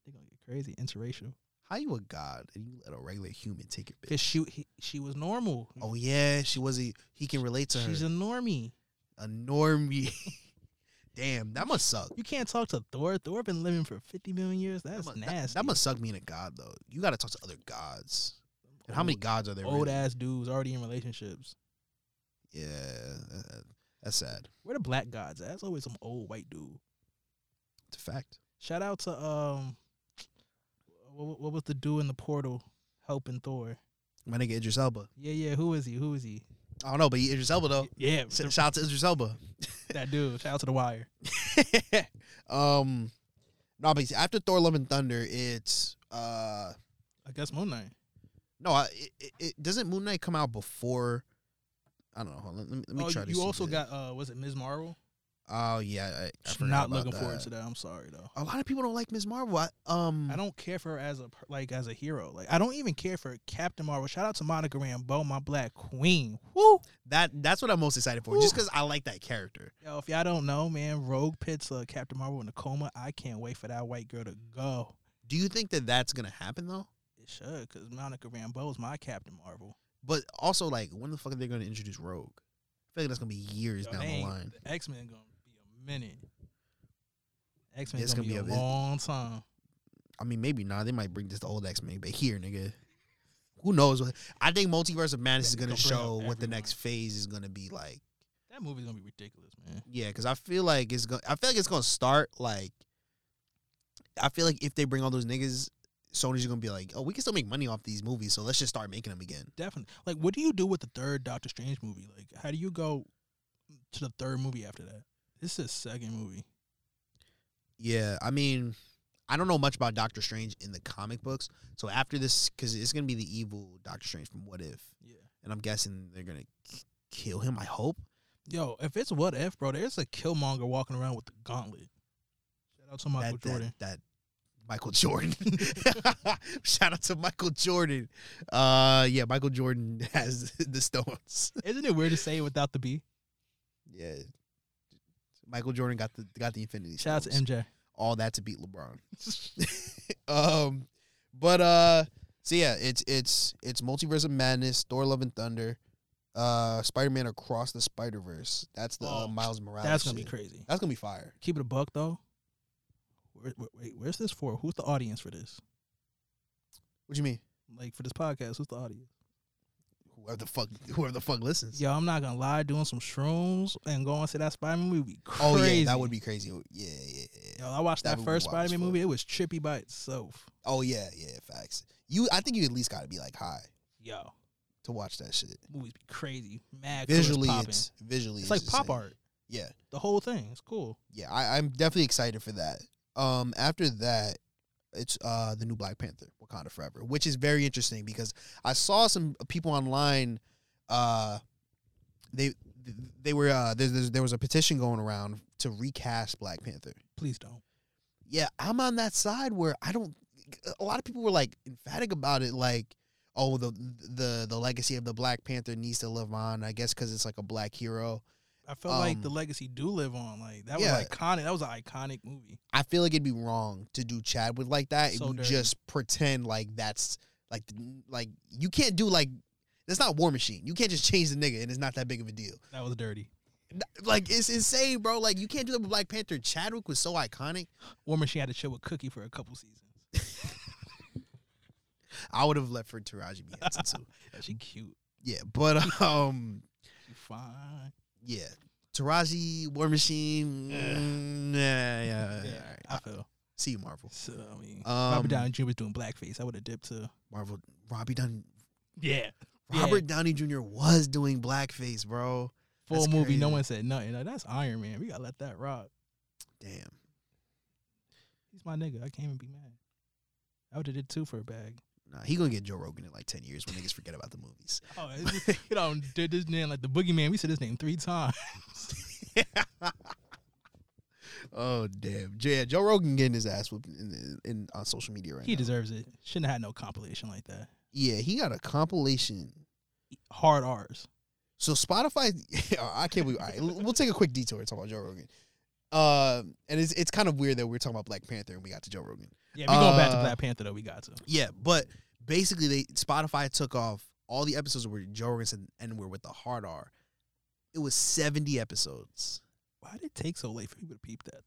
B: They gonna get crazy, interracial.
C: How you a god and you let a regular human take your bitch?
B: Cause she he, she was normal.
C: Oh yeah, she was a he can relate to her.
B: she's a normie.
C: a normie. Damn, that must suck.
B: You can't talk to Thor. Thor been living for fifty million years. That's
C: that, must, that-
B: nasty.
C: that must suck being a god though. You got to talk to other gods. And how many gods are there?
B: old
C: really?
B: ass dudes already in relationships?
C: Yeah, uh, that's sad.
B: Where the black gods at? That's always some old white dude.
C: It's a fact.
B: Shout out to um, what, what was the dude in the portal helping Thor?
C: My nigga Idris Elba.
B: Yeah, yeah. Who is he? Who is he?
C: I don't know, but he- Idris Elba though.
B: Yeah,
C: S- Shout out to Idris Elba.
B: that dude. Shout out to the Wire.
C: um, no, but after Thor: Love and Thunder, it's uh.
B: I guess Moon Knight.
C: No, I, it, it, it doesn't Moon Knight come out before. I don't know. Hold on, let me, let me
B: oh,
C: try to.
B: you
C: see
B: also
C: the-
B: got uh, was it Ms. Marvel?
C: Oh yeah, I, I forgot
B: Not
C: about
B: looking
C: that.
B: forward to that. I'm sorry though.
C: A lot of people don't like Ms. Marvel. I, um,
B: I don't care for her as a per- like as a hero. Like I don't even care for Captain Marvel. Shout out to Monica Rambeau, my black queen. Woo!
C: that that's what I'm most excited for, just because I like that character.
B: Yo, if y'all don't know, man, Rogue pits uh, Captain Marvel in a coma. I can't wait for that white girl to go.
C: Do you think that that's gonna happen though?
B: It should, cause Monica Rambeau is my Captain Marvel.
C: But also, like, when the fuck are they gonna introduce Rogue? I feel like that's gonna be years
B: Yo,
C: down
B: they
C: the
B: ain't-
C: line.
B: the X Men gonna be a minute. X Men
C: It's
B: gonna, be,
C: gonna
B: a
C: be a bit-
B: long time.
C: I mean, maybe not. They might bring this to old X Men, but here, nigga. Who knows? what- I think Multiverse of Madness
B: They-
C: is
B: they
C: gonna
B: gonna bring up
C: show what the
B: everyone.
C: next phase is gonna be like.
B: That movie's gonna be ridiculous, man.
C: Yeah, because I feel like it's gonna. I feel like it's gonna start like. I feel like if they bring all those niggas, Sony's gonna be like, "Oh, we can still make money off these movies, so let's just start making them again."
B: Definitely. Like, what do you do with the third Doctor Strange movie? Like, how do you go to the third movie after that? This is his second movie.
C: Yeah, I mean, I don't know much about Doctor Strange in the comic books, so after this, because it's gonna be the evil Doctor Strange from What If,
B: Yeah.
C: and I'm guessing they're gonna k- kill him. I hope.
B: Yo, if it's what if, bro, there's a Killmonger walking around with the gauntlet. Shout out to Michael
C: that,
B: Jordan.
C: That, that Michael Jordan. Shout out to Michael Jordan. Uh, yeah, Michael Jordan has the stones.
B: Isn't it weird to say it without the B?
C: Yeah. Michael Jordan got the got the infinity.
B: Shout out to
C: Stones.
B: MJ.
C: all that to beat LeBron. um but uh so yeah, it's it's it's Multiverse of Madness, Thor Love and Thunder, uh Spider-Man Across the Spider-Verse. That's the uh,
B: Oh,
C: Miles Morales.
B: That's gonna be
C: shit.
B: crazy.
C: That's going to be fire.
B: Keep it a buck though. Where, where, wait, where's this for? Who's the audience for this?
C: What do you mean?
B: Like for this podcast, who's the audience?
C: Whoever the fuck whoever the fuck listens.
B: Yo, I'm not gonna lie, doing some shrooms and going to that Spider Man movie. Crazy.
C: Oh yeah, that would be crazy. Yeah, yeah, yeah.
B: Yo, I watched
C: that
B: that,
C: would be
B: first
C: wild as
B: Spider Man
C: fuck.
B: movie. It was trippy by itself.
C: Oh yeah, yeah, facts. You I think you at least got to be like high
B: Yo,
C: to watch that shit.
B: movies be crazy, mad. colors
C: Visually
B: popping.
C: it's visually
B: it's like
C: just
B: pop art.
C: Yeah.
B: The whole thing. It's cool.
C: yeah, I, I'm definitely excited for that. Um, after that, it's uh the new Black Panther, Wakanda Forever, which is very interesting because I saw some people online, uh, they they were uh there, there's- there was a petition going around to recast Black Panther.
B: Please don't.
C: Yeah, I'm on that side where I don't. A lot of people were like emphatic about it, like, oh, the the the legacy of the Black Panther needs to live on. I guess because it's like a black hero.
B: I felt like the
C: Um,
B: legacy do live on. Like that
C: yeah.
B: was iconic. That was an iconic movie.
C: I feel like it'd be wrong to do Chadwick like that. If
B: So
C: you
B: dirty.
C: just pretend like that's like like you can't do like that's not War Machine. You can't just change the nigga and it's not that big of a deal.
B: That was dirty.
C: Like it's insane, bro. Like you can't do that with Black Panther. Chadwick was so iconic.
B: War Machine had to chill with Cookie for a couple seasons.
C: I would have left for Taraji B Henson too.
B: She cute.
C: Yeah, but um,
B: She fine.
C: yeah, Taraji War Machine. mm, yeah, yeah.
B: Yeah,
C: yeah. all right.
B: I feel.
C: See you, Marvel.
B: So I mean,
C: Um,
B: Robert Downey Jr. was doing blackface. I would have dipped to.
C: Marvel. Robbie Downey.
B: Yeah. Yeah.
C: Robert Downey Jr. was doing blackface, bro.
B: Full
C: That's
B: movie, no
C: crazy.
B: one said nothing. Like, that's Iron Man. We gotta let that rock.
C: Damn.
B: He's my nigga. I can't even be mad. I would have did two for a bag.
C: Nah, he gonna get Joe Rogan in like ten years when niggas forget about the movies.
B: Oh, you know, did this name like the boogeyman. We said his name three times.
C: oh damn, yeah, Joe Rogan getting his ass whooped in, in, on social media right
B: He
C: now.
B: deserves it. Shouldn't have had no compilation like that.
C: yeah, he got a compilation.
B: Hard R's.
C: So Spotify, I can't believe. All right, we'll take a quick detour and talk about Joe Rogan. Uh, and it's it's kind of weird that we're talking about Black Panther and we got to Joe Rogan.
B: Yeah, we going back to
C: Uh,
B: Black Panther though. We got to.
C: Yeah, but basically, they Spotify took off all the episodes where Joe Rogan said, and were with the hard R. It was seventy episodes
B: Why did it take so late for people to peep that?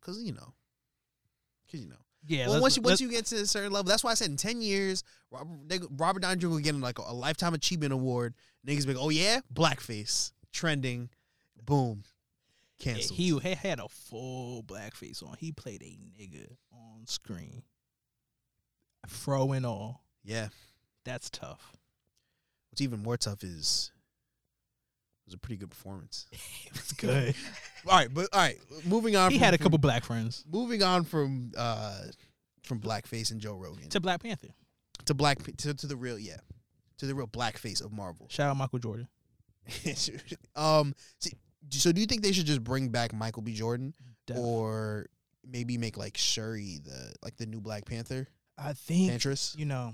C: because you know, because you know.
B: Yeah.
C: well,
B: let's-
C: once you once
B: let's-
C: you get to a certain level, that's why I said in ten years, Robert, nigga- Robert Downey Jr. will get like a, a lifetime achievement award. Niggas be like, oh yeah, blackface trending, boom, canceled.
B: he, he had a full blackface on. He played a nigga on screen, fro and all.
C: yeah.
B: That's tough.
C: What's even more tough is it was a pretty good performance.
B: It's good.
C: all right, but all right, moving on.
B: he
C: from-
B: had a
C: from-
B: couple black friends
C: Moving on from uh from blackface and Joe Rogan to,
B: to Black Panther.
C: black to, to the real yeah to the real blackface of Marvel.
B: Shout out Michael Jordan.
C: um, see, so do you think they should just bring back Michael B. Jordan?
B: Def.
C: or maybe make like Shuri the like the new Black Panther
B: I think
C: Pantress.
B: you know.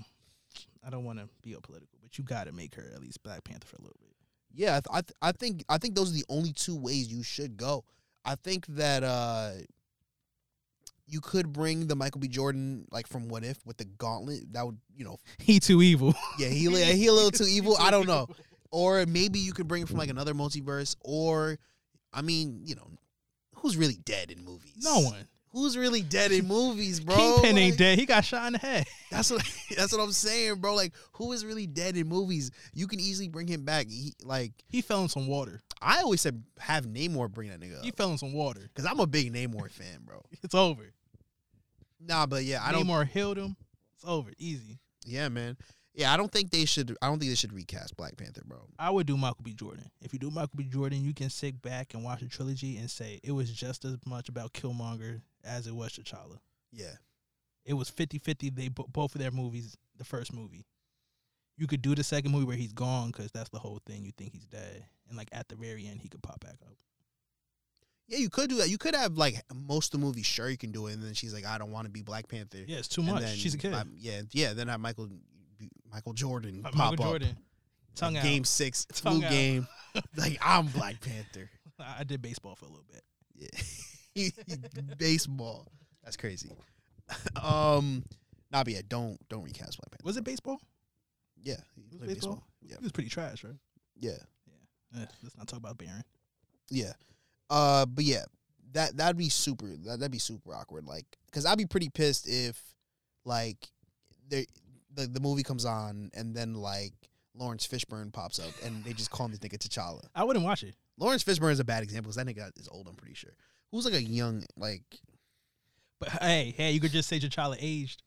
B: I don't want to be all political, but you got to make her at least Black Panther for a little bit.
C: Yeah, I, th- I, th- I think I think those are the only two ways you should go. I think that uh you could bring the Michael B. Jordan like from What If with the gauntlet. That would you know
B: He too evil.
C: yeah he li- he a little too evil. I don't know. Or maybe you could bring it from like another multiverse. Or I mean you know who's really dead in movies?
B: No one.
C: Who's really dead in movies, bro?
B: Kingpin
C: Like-
B: ain't dead. He got shot in the head.
C: That's what that's what I'm saying, bro. Like, who is really dead in movies? You can easily bring him back. He, like,
B: He fell in some water.
C: I always said, have Namor bring that nigga
B: He
C: up
B: fell in some water.
C: because I'm a big Namor fan, bro.
B: It's over.
C: Nah, but yeah, I
B: I
C: don't.
B: Namor healed him. It's over. Easy.
C: Yeah, man. Yeah, I don't think they should. I don't think they should recast Black Panther, bro.
B: I would do Michael B. Jordan. If you do Michael B. Jordan, you can sit back and watch the trilogy and say it was just as much about Killmonger as it was T'Challa.
C: Yeah,
B: It was 50-50. They bo- both of their movies. The first movie, you could do the second movie where he's gone because that's the whole thing. You think he's dead, and like at the very end, he could pop back up.
C: yeah, you could do that. You could have like most of the movie. Sure, you can do it, and then she's like, I don't want to be Black Panther.
B: Yeah, it's too
C: And
B: much.
C: then
B: She's a kid.
C: I- yeah, yeah. Then have Michael Michael Jordan pop
B: Michael
C: up.
B: Jordan, tongue
C: Like,
B: out.
C: Game six,
B: Tongue
C: flu
B: out.
C: game. like I'm Black Panther.
B: I I did baseball for a little bit.
C: Yeah. baseball. That's crazy. um, nah, but yeah, don't don't recast Black Panther.
B: Was it baseball?
C: Yeah, he
B: Was
C: played
B: it baseball?
C: Yeah,
B: It was pretty trash, right?
C: yeah,
B: Eh, let's not talk about Baron.
C: yeah. Uh, but yeah, that that'd be super. That, that'd be super awkward. Like, cause I'd be pretty pissed if, like, they the the movie comes on and then like Lawrence Fishburne pops up and they just call him this nigga T'Challa.
B: I wouldn't watch it.
C: Lawrence Fishburne is a bad example because that nigga is old. I'm pretty sure. Who's like a young like.
B: But hey, hey, you could just say T'Challa aged.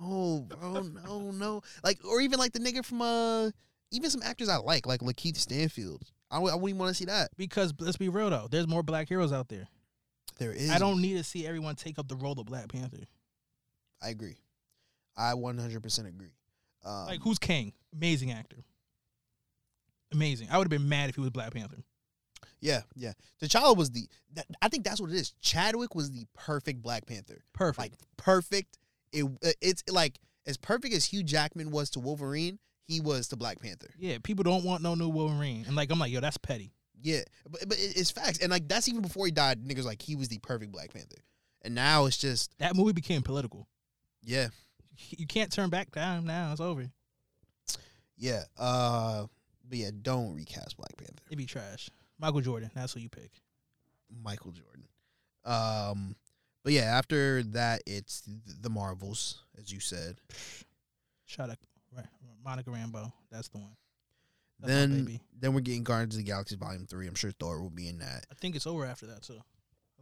C: No, bro, no, no. Like, or even like the nigga from uh, even some actors I like, like Lakeith Stanfield. I w- I wouldn't want to see that.
B: Because let's be real though, there's more black heroes out there.
C: There is.
B: I don't need to see everyone take up the role of Black Panther.
C: I agree. I 100 percent agree. Um,
B: Like who's Kang? Amazing actor. Amazing. I would have been mad if he was Black Panther.
C: Yeah, yeah. T'Challa was the. That, I think that's what it is. Chadwick was the perfect Black Panther. uh,
B: Perfect.
C: Like perfect. It. It's like as perfect as Hugh Jackman was to Wolverine. he was to Black Panther.
B: Yeah, people don't want no new Wolverine, and like I'm like, yo, that's petty.
C: Yeah, but, but it- it's facts, and like that's even before he died. Niggas like he was the perfect Black Panther, and now it's just
B: That movie became political.
C: yeah,
B: You can't turn back time now. It's over.
C: yeah. Uh, but yeah, don't recast Black Panther.
B: It'd be trash. Michael Jordan. That's who you pick.
C: Michael Jordan. Um, but yeah, after that, it's th- the Marvels, as you said.
B: Shout out Ra- Monica Rambo. That's the one. That's my
C: then
B: baby.
C: then we're getting Guardians of the Galaxy Volume Three. I'm sure Thor will be in that.
B: I think it's over after that too.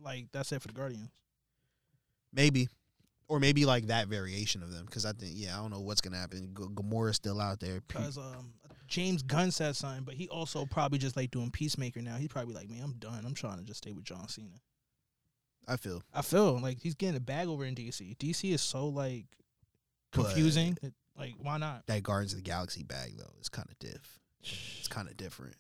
B: Like that's it for the Guardians.
C: Maybe. Or maybe like that variation of them, because I think yeah, I don't know what's gonna happen. G- Gamora's still out there. Pe-
B: Cause um, James Gunn said something, but he also probably just like doing Peacemaker now. He's probably like, man, I'm done. I'm trying to just stay with John Cena.
C: I feel
B: I feel like he's getting a bag over in DC. DC is so like confusing. that, like, why not?
C: that Guardians of the Galaxy bag though is kind of diff. It's kind of different.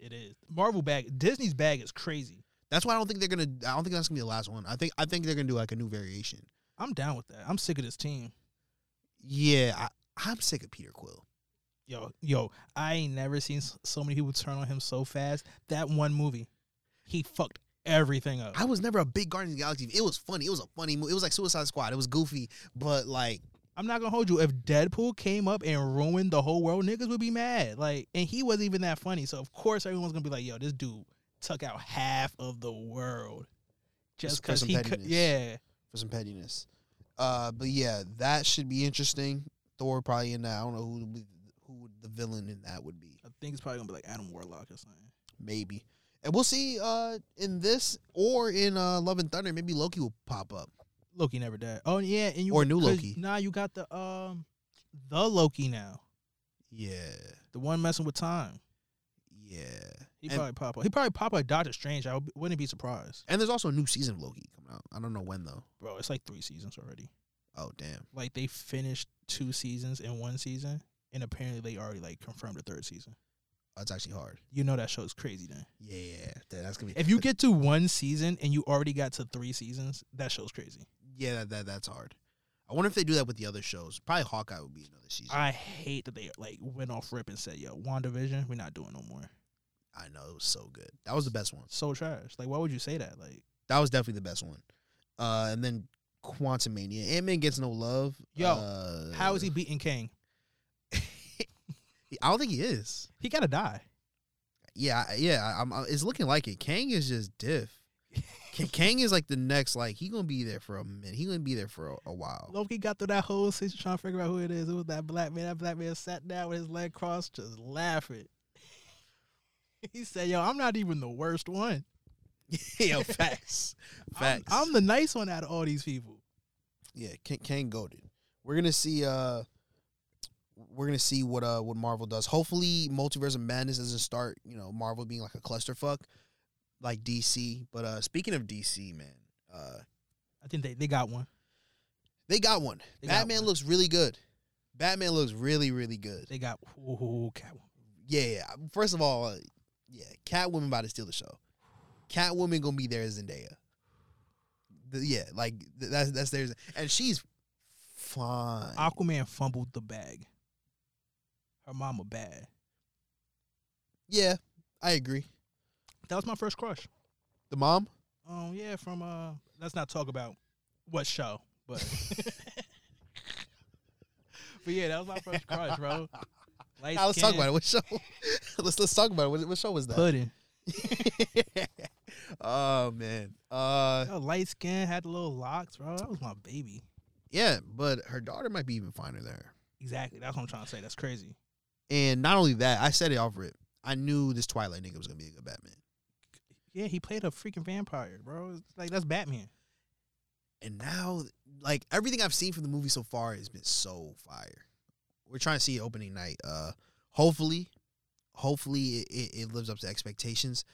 B: It is Marvel bag. Disney's bag is crazy.
C: That's why I don't think they're gonna. I don't think that's gonna be the last one. I think I think they're gonna do like a new variation.
B: I'm down with that. I'm sick of this team.
C: Yeah, I, I'm sick of Peter Quill.
B: Yo, yo, I ain't never seen s- so many people turn on him so fast. That one movie, he fucked everything up.
C: I was never a big Guardians of the Galaxy. It was funny. It was a funny movie. It was like Suicide Squad. It was goofy, but like
B: I'm not gonna hold you. If Deadpool came up and ruined the whole world, niggas would be mad. Like, and he wasn't even that funny. So of course everyone's gonna be like, "Yo, this dude took out half of the world just
C: Just for
B: because
C: some
B: he could."
C: pettiness.
B: Yeah,
C: for some pettiness. Uh, but yeah, that should be interesting. Thor probably in that. I don't know who would be- who the villain in that would be.
B: I think it's probably gonna be like Adam Warlock or something.
C: Maybe, and we'll see. Uh, in this or in uh Love and Thunder, maybe Loki will pop up.
B: Loki never died. Oh yeah, and you
C: Or new
B: 'cause
C: Loki.
B: Nah, you got the um, the Loki now,
C: Yeah,
B: the one messing with time.
C: yeah.
B: He
C: And-
B: probably pop up. He probably pop up like Doctor Strange. I would- wouldn't be surprised,
C: And there's also a new season of Loki coming out. I don't know when though.
B: bro. It's like three seasons already.
C: Oh damn.
B: Like they finished two seasons in one season, and apparently they already like confirmed the third season.
C: That's actually hard.
B: you know that show is crazy then.
C: Yeah, yeah, yeah. That- that's gonna be.
B: If you get to one season and you already got to three seasons, that show's crazy.
C: yeah, that, that that's hard. I wonder if they do that with the other shows. Probably Hawkeye would be another season. I,
B: I hate that they like went off rip and said, "Yo, WandaVision, we're not doing no more."
C: know it was so good. That was the best one.
B: So trash. Like, why would you say that? Like,
C: That was definitely the best one. Uh, and then Quantum Mania. Ant Man gets no love.
B: Yo,
C: uh,
B: how is he beating Kang?
C: I don't think he is.
B: He gotta die.
C: Yeah, I- yeah. I- I'm, I, it's looking like it. Kang is just diff. K- Kang is like the next. Like he gonna be there for a minute. He gonna be there for a, a while.
B: Loki got through that whole situation trying to figure out who it is. It was that black man. That black man sat down with his leg crossed, just laughing. He said, "Yo, I'm not even the worst one.
C: yeah, facts.
B: I'm-
C: Facts.
B: I'm the nice one out of all these people."
C: Yeah, King, Kang goaded. We're gonna see. Uh, we're gonna see what uh what Marvel does. Hopefully, Multiverse of Madness doesn't start. You know, Marvel being like a clusterfuck, like DC. But uh, speaking of DC, man, uh,
B: I think they, they got one.
C: they got one.
B: They got
C: Batman
B: one.
C: looks really good. Batman looks really really good.
B: They got ooh, Catwoman.
C: Yeah, yeah. First of all, uh, yeah, Catwoman about to steal the show. Catwoman gonna be there as Zendaya. The- yeah, like th- that's that's theirs, and she's fine.
B: Aquaman fumbled the bag. Her mama bad.
C: Yeah, I agree.
B: That was my first crush.
C: The mom?
B: Um, yeah, from uh, let's not talk about what show, but but yeah, that was my first crush, bro. Light
C: Nah, let's talk about it. What show? let's let's talk about it. What, what show was that?
B: Pudding.
C: oh man. Uh
B: Yo, light skin had the little locks, bro. That was my baby.
C: yeah, but her daughter might be even finer than her.
B: Exactly. That's what I'm trying to say. That's crazy.
C: And not only that, I said it off rip. I knew this Twilight nigga was gonna be a good Batman.
B: Yeah, he played a freaking vampire, bro. It's like that's Batman.
C: And now like everything I've seen from the movie so far has been so fire. We're trying to see it opening night. Uh hopefully, hopefully it, it, it lives up to expectations.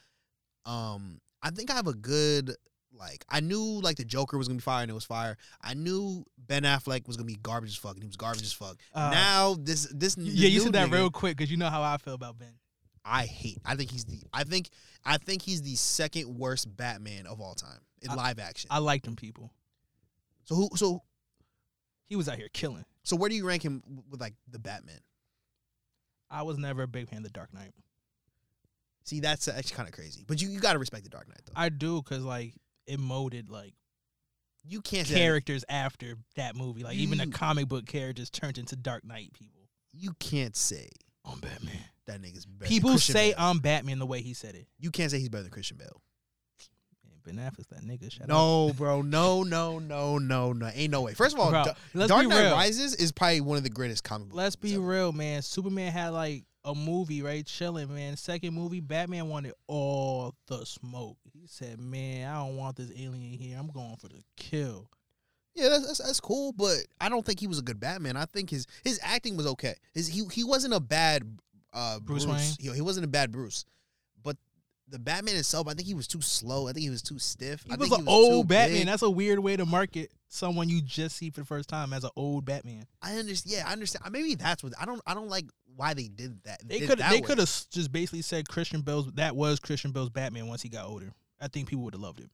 C: Um, I think I have a good like I knew like the Joker was gonna be fire and it was fire. I knew Ben Affleck was gonna be garbage as fuck and he was garbage as fuck.
B: Uh,
C: now this this
B: Y-
C: this
B: yeah, you
C: new
B: said that
C: nigga,
B: real quick because you know how I feel about Ben.
C: I hate. I think he's the I think I think he's the second worst Batman of all time in
B: I-
C: live action.
B: I liked him, people.
C: so who so
B: He was out here killing.
C: so where do you rank him with like the Batman?
B: I was never a big fan of the Dark Knight.
C: See, that's actually kind of crazy. But you, you got to respect the Dark Knight, though.
B: I do because like it molded like
C: you can't say that-
B: characters after that movie. Like even the
C: You-
B: comic book characters turned into Dark Knight people.
C: You can't say
B: I'm Batman.
C: that nigga's better. than
B: People
C: Christian
B: say
C: Bale.
B: I'm Batman the way he said it.
C: you can't say he's better than Christian Bale.
B: Man, Ben Affleck's that nigga. Shut up.
C: No, bro. No, no, no, no, no. Ain't no way. First of all,
B: Bro,
C: oh, Da-
B: let's
C: Dark
B: be
C: Knight
B: real.
C: Rises is probably one of the greatest comic books.
B: Let's be real, man. Superman had like a movie, right? Chilling, man. Second movie, Batman wanted all the smoke. He said, "Man, I don't want this alien here. I'm going for the kill."
C: Yeah, that's, that's that's cool, but I don't think he was a good Batman. I think his his acting was okay. His he he wasn't a bad uh, Bruce.
B: Bruce Wayne?
C: He, he wasn't a bad Bruce, but the Batman itself, I think he was too slow. I think he was too stiff.
B: He
C: I
B: was
C: think
B: an
C: too
B: old Batman.
C: big.
B: That's a weird way to market someone you just see for the first time as an old Batman.
C: I understand. Yeah, I understand. Uh, Maybe that's what I don't. I don't like why they did that.
B: They
C: did
B: could
C: that
B: they
C: way.
B: could have just basically said Christian Bale's that was Christian Bale's Batman once he got older. I think people would have loved it.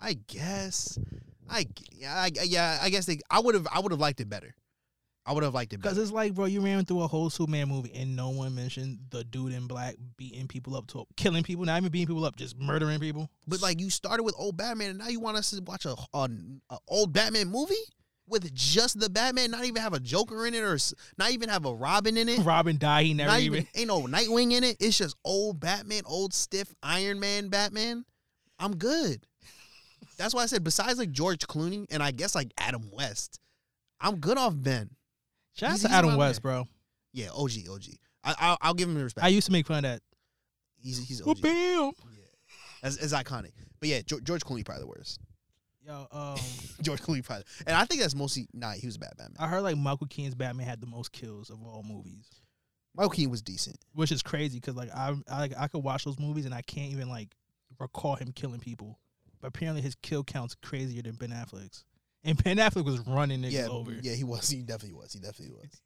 C: I guess. I g- yeah. I, yeah. I guess they. I would have. I would have liked it better. I would have liked it
B: Because
C: better.
B: it's like, bro, you ran through a whole Superman movie and no one mentioned the dude in black beating people up to killing people, not even beating people up, just murdering people.
C: But like you started with old Batman, and now you want us to watch a, a, a old Batman movie with just the Batman, not even have a Joker in it, or s- not even have a Robin in it,
B: Robin died, he never
C: not
B: even,
C: even ain't no Nightwing in it. It's just old Batman, old stiff Iron Man Batman. I'm good. That's why I said besides like George Clooney and I guess like Adam West, I'm good off Ben.
B: Shout out
C: he's-
B: to
C: he's
B: Adam
C: my
B: West, bro.
C: Yeah, OG, OG. I, I'll, I'll give him the respect.
B: I used to make fun of that.
C: he's he's
B: Well,
C: OG.
B: bam.
C: As, as iconic. But yeah, George, George Clooney probably the worst.
B: Yo, um,
C: George Clooney probably, and I think that's mostly nah. He was a bad Batman.
B: I heard like Michael Keaton's Batman had the most kills of all movies,
C: Michael Keaton was decent.
B: which is crazy because like I, I like I could watch those movies and I can't even like recall him killing people. But apparently his kill count's crazier than Ben Affleck's, and Ben Affleck was running niggas
C: yeah,
B: over.
C: yeah, he was. He definitely was. He definitely was.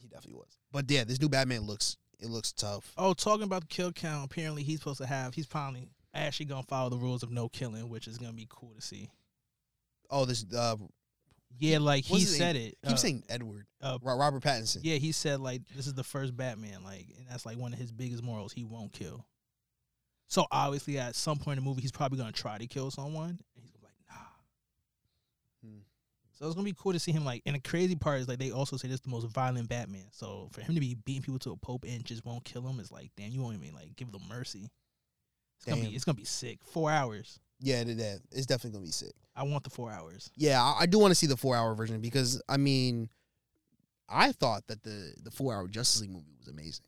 C: He definitely was. But yeah, this new Batman looks. It looks tough.
B: Oh, talking about the kill count, apparently he's supposed to have he's probably actually gonna follow the rules of no killing, which is gonna be cool to see.
C: Oh, this. Uh,
B: Yeah, like
C: What's
B: he
C: his name?
B: said it.
C: keep
B: uh,
C: saying Edward.
B: uh,
C: Ro- Robert Pattinson.
B: yeah, he said like this is the first Batman, like, and that's like one of his biggest morals. He won't kill. So obviously, at some point in the movie, he's probably gonna try to kill someone, and he's gonna be like, nah.
C: Hmm.
B: So it's gonna be cool to see him like. And the crazy part is like they also say this is the most violent Batman. So for him to be beating people to a pulp and just won't kill them is like, damn, you won't even like give them mercy. It's gonna
C: Damn.
B: be it's gonna be sick. Four hours.
C: Yeah, it- it- it's definitely gonna be sick.
B: I want the four hours.
C: Yeah, I, I do want to see the four-hour version because I mean, I thought that the the four-hour Justice League movie was amazing.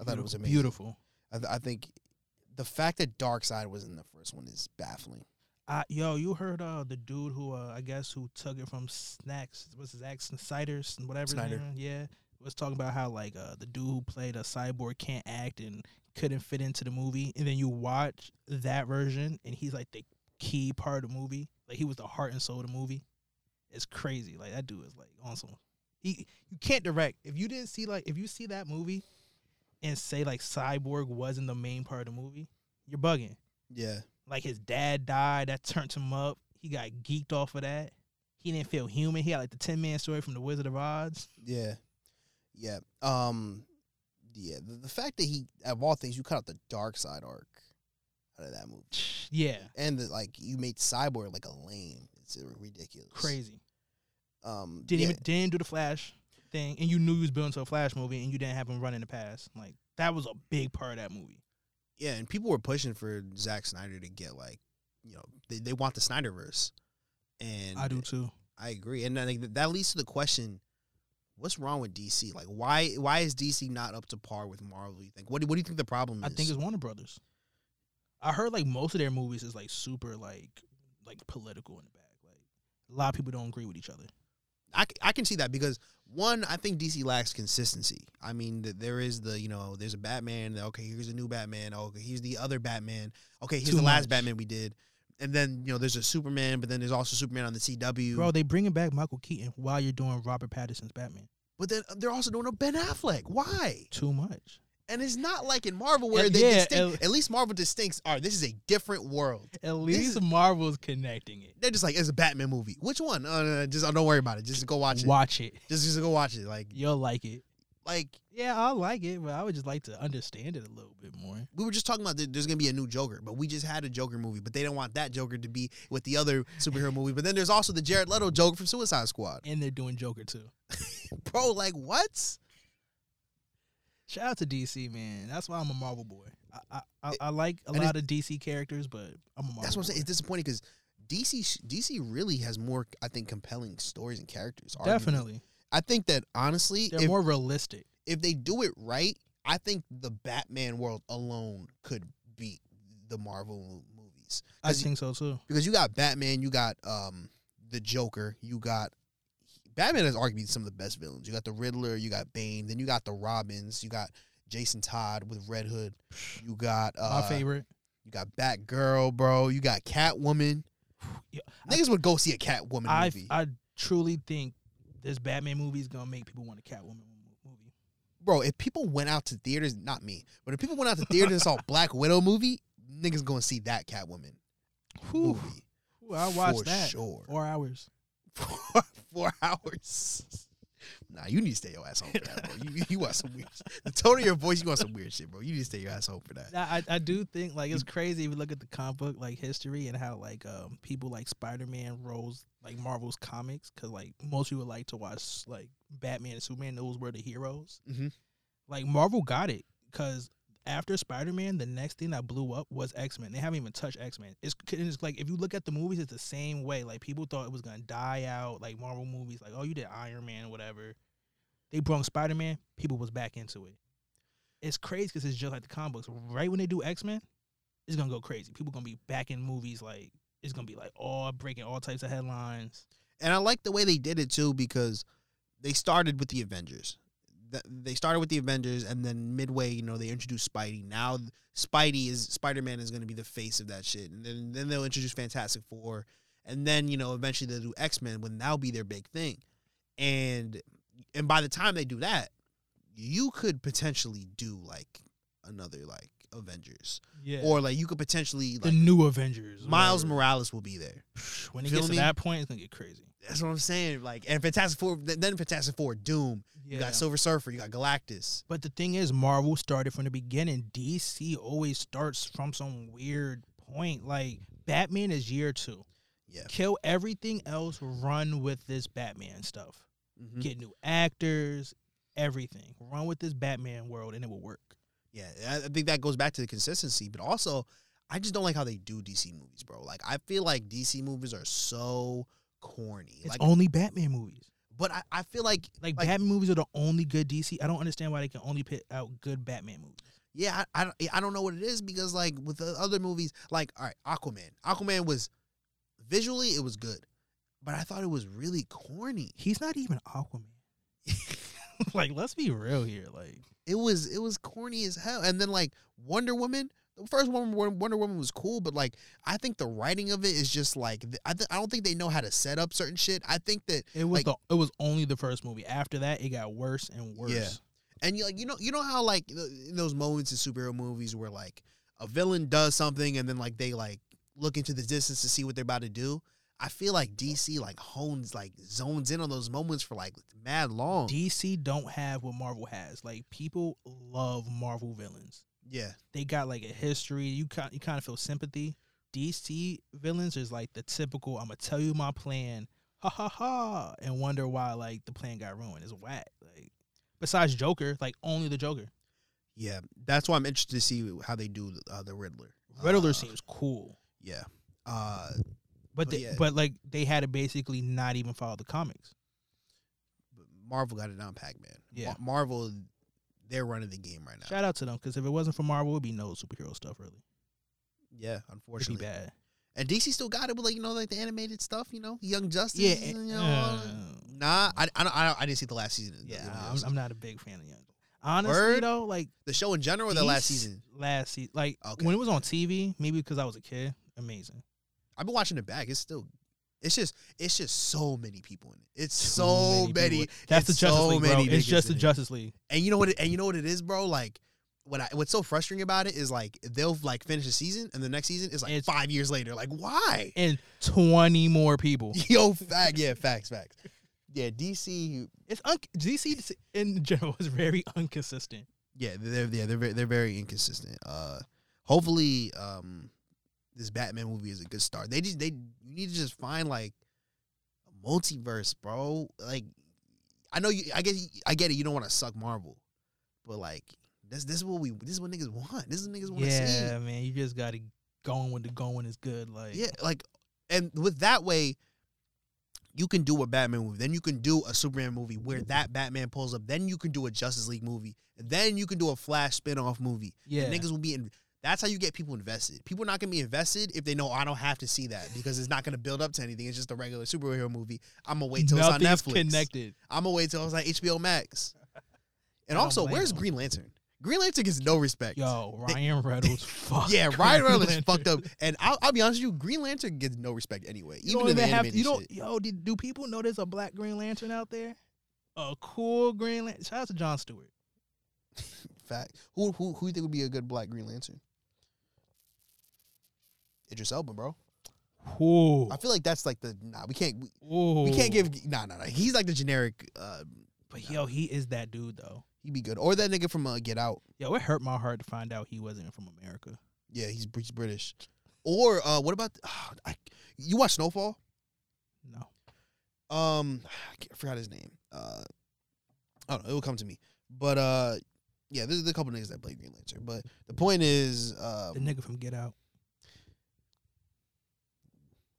C: I thought it was amazing.
B: beautiful.
C: I, th- I think the fact that Dark Side was in the first one is baffling.
B: Uh, yo, you heard uh the dude who uh I guess who took it from Snacks was his ex Ciders and whatever his
C: Snyder.
B: name is, yeah was talking about how like uh the dude who played a cyborg can't act and couldn't fit into the movie and then you watch that version and he's like the key part of the movie like he was the heart and soul of the movie it's crazy like that dude is like awesome he you can't direct if you didn't see like if you see that movie and say like cyborg wasn't the main part of the movie you're bugging
C: Yeah,
B: like his dad died that turned him up he got geeked off of that he didn't feel human he had like the 10 man story from the wizard of oz
C: yeah, yeah. Um, yeah. The, the fact that he, of all things, you cut out the Dark Side arc out of that movie,
B: yeah
C: and the, like you made Cyborg like a lame. It's uh, ridiculous.
B: crazy
C: Um,
B: didn't
C: yeah.
B: even didn't do the flash thing and you knew you was building to a flash movie and you didn't have him running the past like that was a big part of that movie
C: Yeah, and people were pushing for Zack Snyder to get like, you know, they, they want the Snyderverse, and
B: i do too
C: I agree, and I think that- that leads to the question: What's wrong with DC? Like, why why is DC not up to par with Marvel? You think? What do, what do you think the problem
B: i
C: is?
B: think it's warner brothers i heard like most of their movies is like super like like political in the back like a lot of people don't agree with each other
C: I, c- I can see that because one, I think DC lacks consistency. I mean, th- there is the you know, there's a Batman. Okay, here's a new Batman. oh, Okay, here's the other Batman. Okay, here's
B: Too
C: the last
B: much.
C: Batman we did, and then you know, there's a Superman, but then there's also Superman on the CW.
B: bro they bringing back michael keaton while
C: uh,
B: you're doing robert pattinson's batman
C: but then they're also doing a Ben Affleck. Why?
B: too much
C: And it's not like in Marvel where
B: Uh,
C: they
B: yeah,
C: distinct.
B: at-
C: at least Marvel distincts. All right, this is a different world.
B: At least Marvel's connecting it.
C: They're just like it's a Batman movie. Which one? Uh, no, no, just uh, don't worry about it. Just go watch it.
B: Watch it.
C: Just just go watch it. Like
B: You'll like it.
C: like
B: Yeah, I like it, but I would just like to understand it a little bit more.
C: we were just talking about that there's gonna be a new Joker, but we just had a Joker movie, but they don't want that Joker to be with the other superhero movie. But then there's also the Jared Leto Joker from Suicide Squad.
B: And they're doing Joker too.
C: Bro, like what?
B: Shout out to DC, man. That's why I'm a Marvel boy. I I, I, I like a
C: And
B: lot of DC characters, but I'm a Marvel.
C: That's what I'm saying.
B: boy.
C: It's disappointing because DC sh- DC really has more, I think, compelling stories and characters. arguably.
B: Definitely,
C: I think that honestly,
B: they're
C: if,
B: more realistic.
C: if they do it right, I think the Batman world alone could beat the Marvel movies.
B: I
C: 'Cause you-
B: think so too.
C: because you got Batman, you got um the Joker, you got Batman is arguably some of the best villains. You got the Riddler, you got Bane, then you got the Robins, you got Jason Todd with Red Hood, you got uh,
B: My favorite.
C: you got Batgirl, bro, you got Catwoman.
B: Yeah,
C: Niggas would go see a Catwoman
B: I
C: movie,
B: I truly think this Batman movie is gonna make people want a Catwoman mo- movie.
C: bro. If people went out to theaters, not me, but if people went out to theaters and saw Black Widow movie, niggas going to see that Catwoman
B: Whew.
C: movie
B: Ooh, I watched
C: for
B: that.
C: sure.
B: Four hours.
C: for four hours. Nah, you need to stay your ass home for that, bro. You, you want some weird shit. The tone of your voice, you want some weird shit, bro. You need to stay your ass home for that.
B: I, I I do think like it's crazy if you look at the comic book like history and how like um people like Spider Man rose like Marvel's comics because like most people like to watch like Batman and Superman those were the heroes.
C: Mhm.
B: Like Marvel got it because after Spider Man the next thing that blew up was X Men. They haven't even touched X Men. It's, c- it's like if you look at the movies it's the same way. Like people thought it was gonna die out. Like Marvel movies like oh you did Iron Man whatever. They brought Spider Man. People was back into it it's crazy because it's just like the comic books. Right when they do X Men, it's gonna go crazy. People gonna be back in movies like it's gonna be like all breaking all types of headlines.
C: And I like the way they did it too because they started with the Avengers. Th- They started with the Avengers, and then midway, you know, they introduced Spidey. Now, Spidey is Spider Man is going to be the face of that shit, and then then they'll introduce Fantastic Four, and then you know eventually they'll do X Men when that'll be their big thing, and and by the time they do that, you could potentially do like another like Avengers,
B: Yeah, or
C: or like you could potentially
B: the
C: like
B: new Avengers.
C: Miles
B: whatever.
C: Morales will be there.
B: When it
C: feel
B: gets
C: me?
B: to that point, it's gonna get crazy.
C: That's what I'm saying. Like, and Fantastic Four, th- then Fantastic Four, Doom.
B: Yeah.
C: You got Silver Surfer. You got Galactus.
B: but the thing is, Marvel started from the beginning. DC always starts from some weird point. Like Batman is year two.
C: Yeah.
B: Kill everything else. Run with this Batman stuff.
C: Mhm.
B: Get new actors. Everything. Run with this Batman world, and it will work.
C: Yeah, I I think that goes back to the consistency, but also I just don't like how they do DC movies, bro. Like, I feel like DC movies are so corny.
B: It's
C: like,
B: only Batman movies.
C: but I, I feel like
B: Like,
C: Like-
B: Batman movies are the only good DC. I don't understand why they can only put out good Batman movies.
C: yeah, I, I don't- I don't know what it is because like with the other movies, like all right, Aquaman. Aquaman was visually it was good, but I thought it was really corny.
B: He's not even Aquaman. like, let's be real here. Like,
C: it was it was corny as hell. And then like Wonder Woman, the first one Wonder Wonder Woman was cool, but like I think the writing of it is just like th- I th- I don't think they know how to set up certain shit. I think that
B: it was
C: Like-
B: the it was only the first movie. After that, it got worse and worse.
C: Yeah. and you like you know you know how like th- in those moments in superhero movies where like a villain does something and then like they like look into the distance to see what they're about to do. I feel like DC like hones like zones in on those moments for like mad long.
B: DC don't have what Marvel has. Like, people love Marvel villains.
C: yeah.
B: They got like a history. You kind you kind of feel sympathy. DC villains is like the typical. I'm gonna tell you my plan. Ha ha ha! And wonder why like the plan got ruined. It's whack. Like, besides Joker, like only the Joker.
C: Yeah. That's why I'm interested to see how they do uh, the Riddler.
B: Riddler
C: Uh,
B: seems cool,
C: Yeah. Uh
B: but
C: but
B: they,
C: yeah.
B: but like they had to basically not even follow the comics.
C: but Marvel got it down, Pac Man.
B: Yeah.
C: Marvel, they're running the game right now.
B: Shout out to them because if it wasn't for Marvel, it'd be no superhero stuff really.
C: yeah,
B: It'd be
C: unfortunately.
B: bad.
C: And DC still got it with like you know like the animated stuff, you know, Young Justice.
B: Yeah, eh,
C: you know, all that.
B: uh,
C: nah, I I, don't, I don't- I didn't see the last season. of the
B: yeah.
C: Young
B: I'm,
C: Justice.
B: I'm not a big fan of Young. Honestly
C: Word?
B: though, like
C: the show in general, or the last
B: these-
C: season.
B: last season, like
C: Okay.
B: when it was on TV, maybe because I was a kid, amazing.
C: I've been watching it back. It's still, it's just it's just so many people in it. It's
B: Too
C: so many.
B: people. That's the
C: it's
B: Justice
C: so
B: League, bro.
C: many
B: It's
C: niggas
B: just the
C: in it.
B: Justice League.
C: And you know what? It, and you know what it is, bro. Like what I what's so frustrating about it is like they'll like finish the season and the next season is like
B: It's-
C: five years later. Like why?
B: and twenty more people.
C: Yo, fact, yeah, facts, facts. Yeah, DC.
B: It's un- DC in general is very inconsistent.
C: Yeah, they're yeah they're very, they're very inconsistent. Uh, hopefully, um, this Batman movie is a good start. They just they you need to just find like a multiverse, bro. Like I know you, I guess I get it. You don't want to suck Marvel, but like this this is what we this is what niggas want. This is what niggas want to see.
B: Yeah, man, you just got to going when the going is good. Like,
C: Yeah, like, and with that way, you can do a Batman movie. Then you can do a Superman movie where that Batman pulls up. Then you can do a Justice League movie. And then you can do a Flash spin-off movie.
B: yeah,
C: And niggas will be in. That's how you get people invested. People are not gonna be invested if they know I don't have to see that because it's not gonna build up to anything. It's just a regular superhero movie. I'm gonna wait till
B: nothing's
C: it's on Netflix.
B: connected.
C: I'm gonna wait till it's on HBO Max. And
B: I don't
C: also,
B: blame
C: where's
B: them.
C: Green Lantern? Green Lantern gets no respect.
B: Yo,
C: They-
B: Ryan Reynolds, fuck.
C: Yeah, Ryan Reynolds is
B: Lantern.
C: fucked up, and I'll, I'll be honest with you, Green Lantern gets no respect anyway.
B: You
C: even
B: don't
C: in the
B: even have
C: animated
B: you don't.
C: shit.
B: Yo, did, do people know there's a black Green Lantern out there? A cool Green Lantern. Shout out to John Stewart.
C: fact. Who who who you think would be a good Black Green Lantern? Idris Elba, bro.
B: Ooh,
C: I feel like that's like the nah. We can't we,
B: Ooh.
C: we can't give nah nah nah. He's like the generic. Uh,
B: But yo, he is that dude though.
C: he'd be good, or that nigga from uh, Get Out.
B: Yo, it hurt my heart to find out he wasn't from America.
C: Yeah, he's, he's British. Or uh, what about I, you watch Snowfall?
B: No.
C: um I can't- I forgot his name. Uh I don't know, it will come to me. But uh yeah, there's a couple niggas that play Green Lantern. But the point is
B: The
C: um,
B: nigga from Get Out.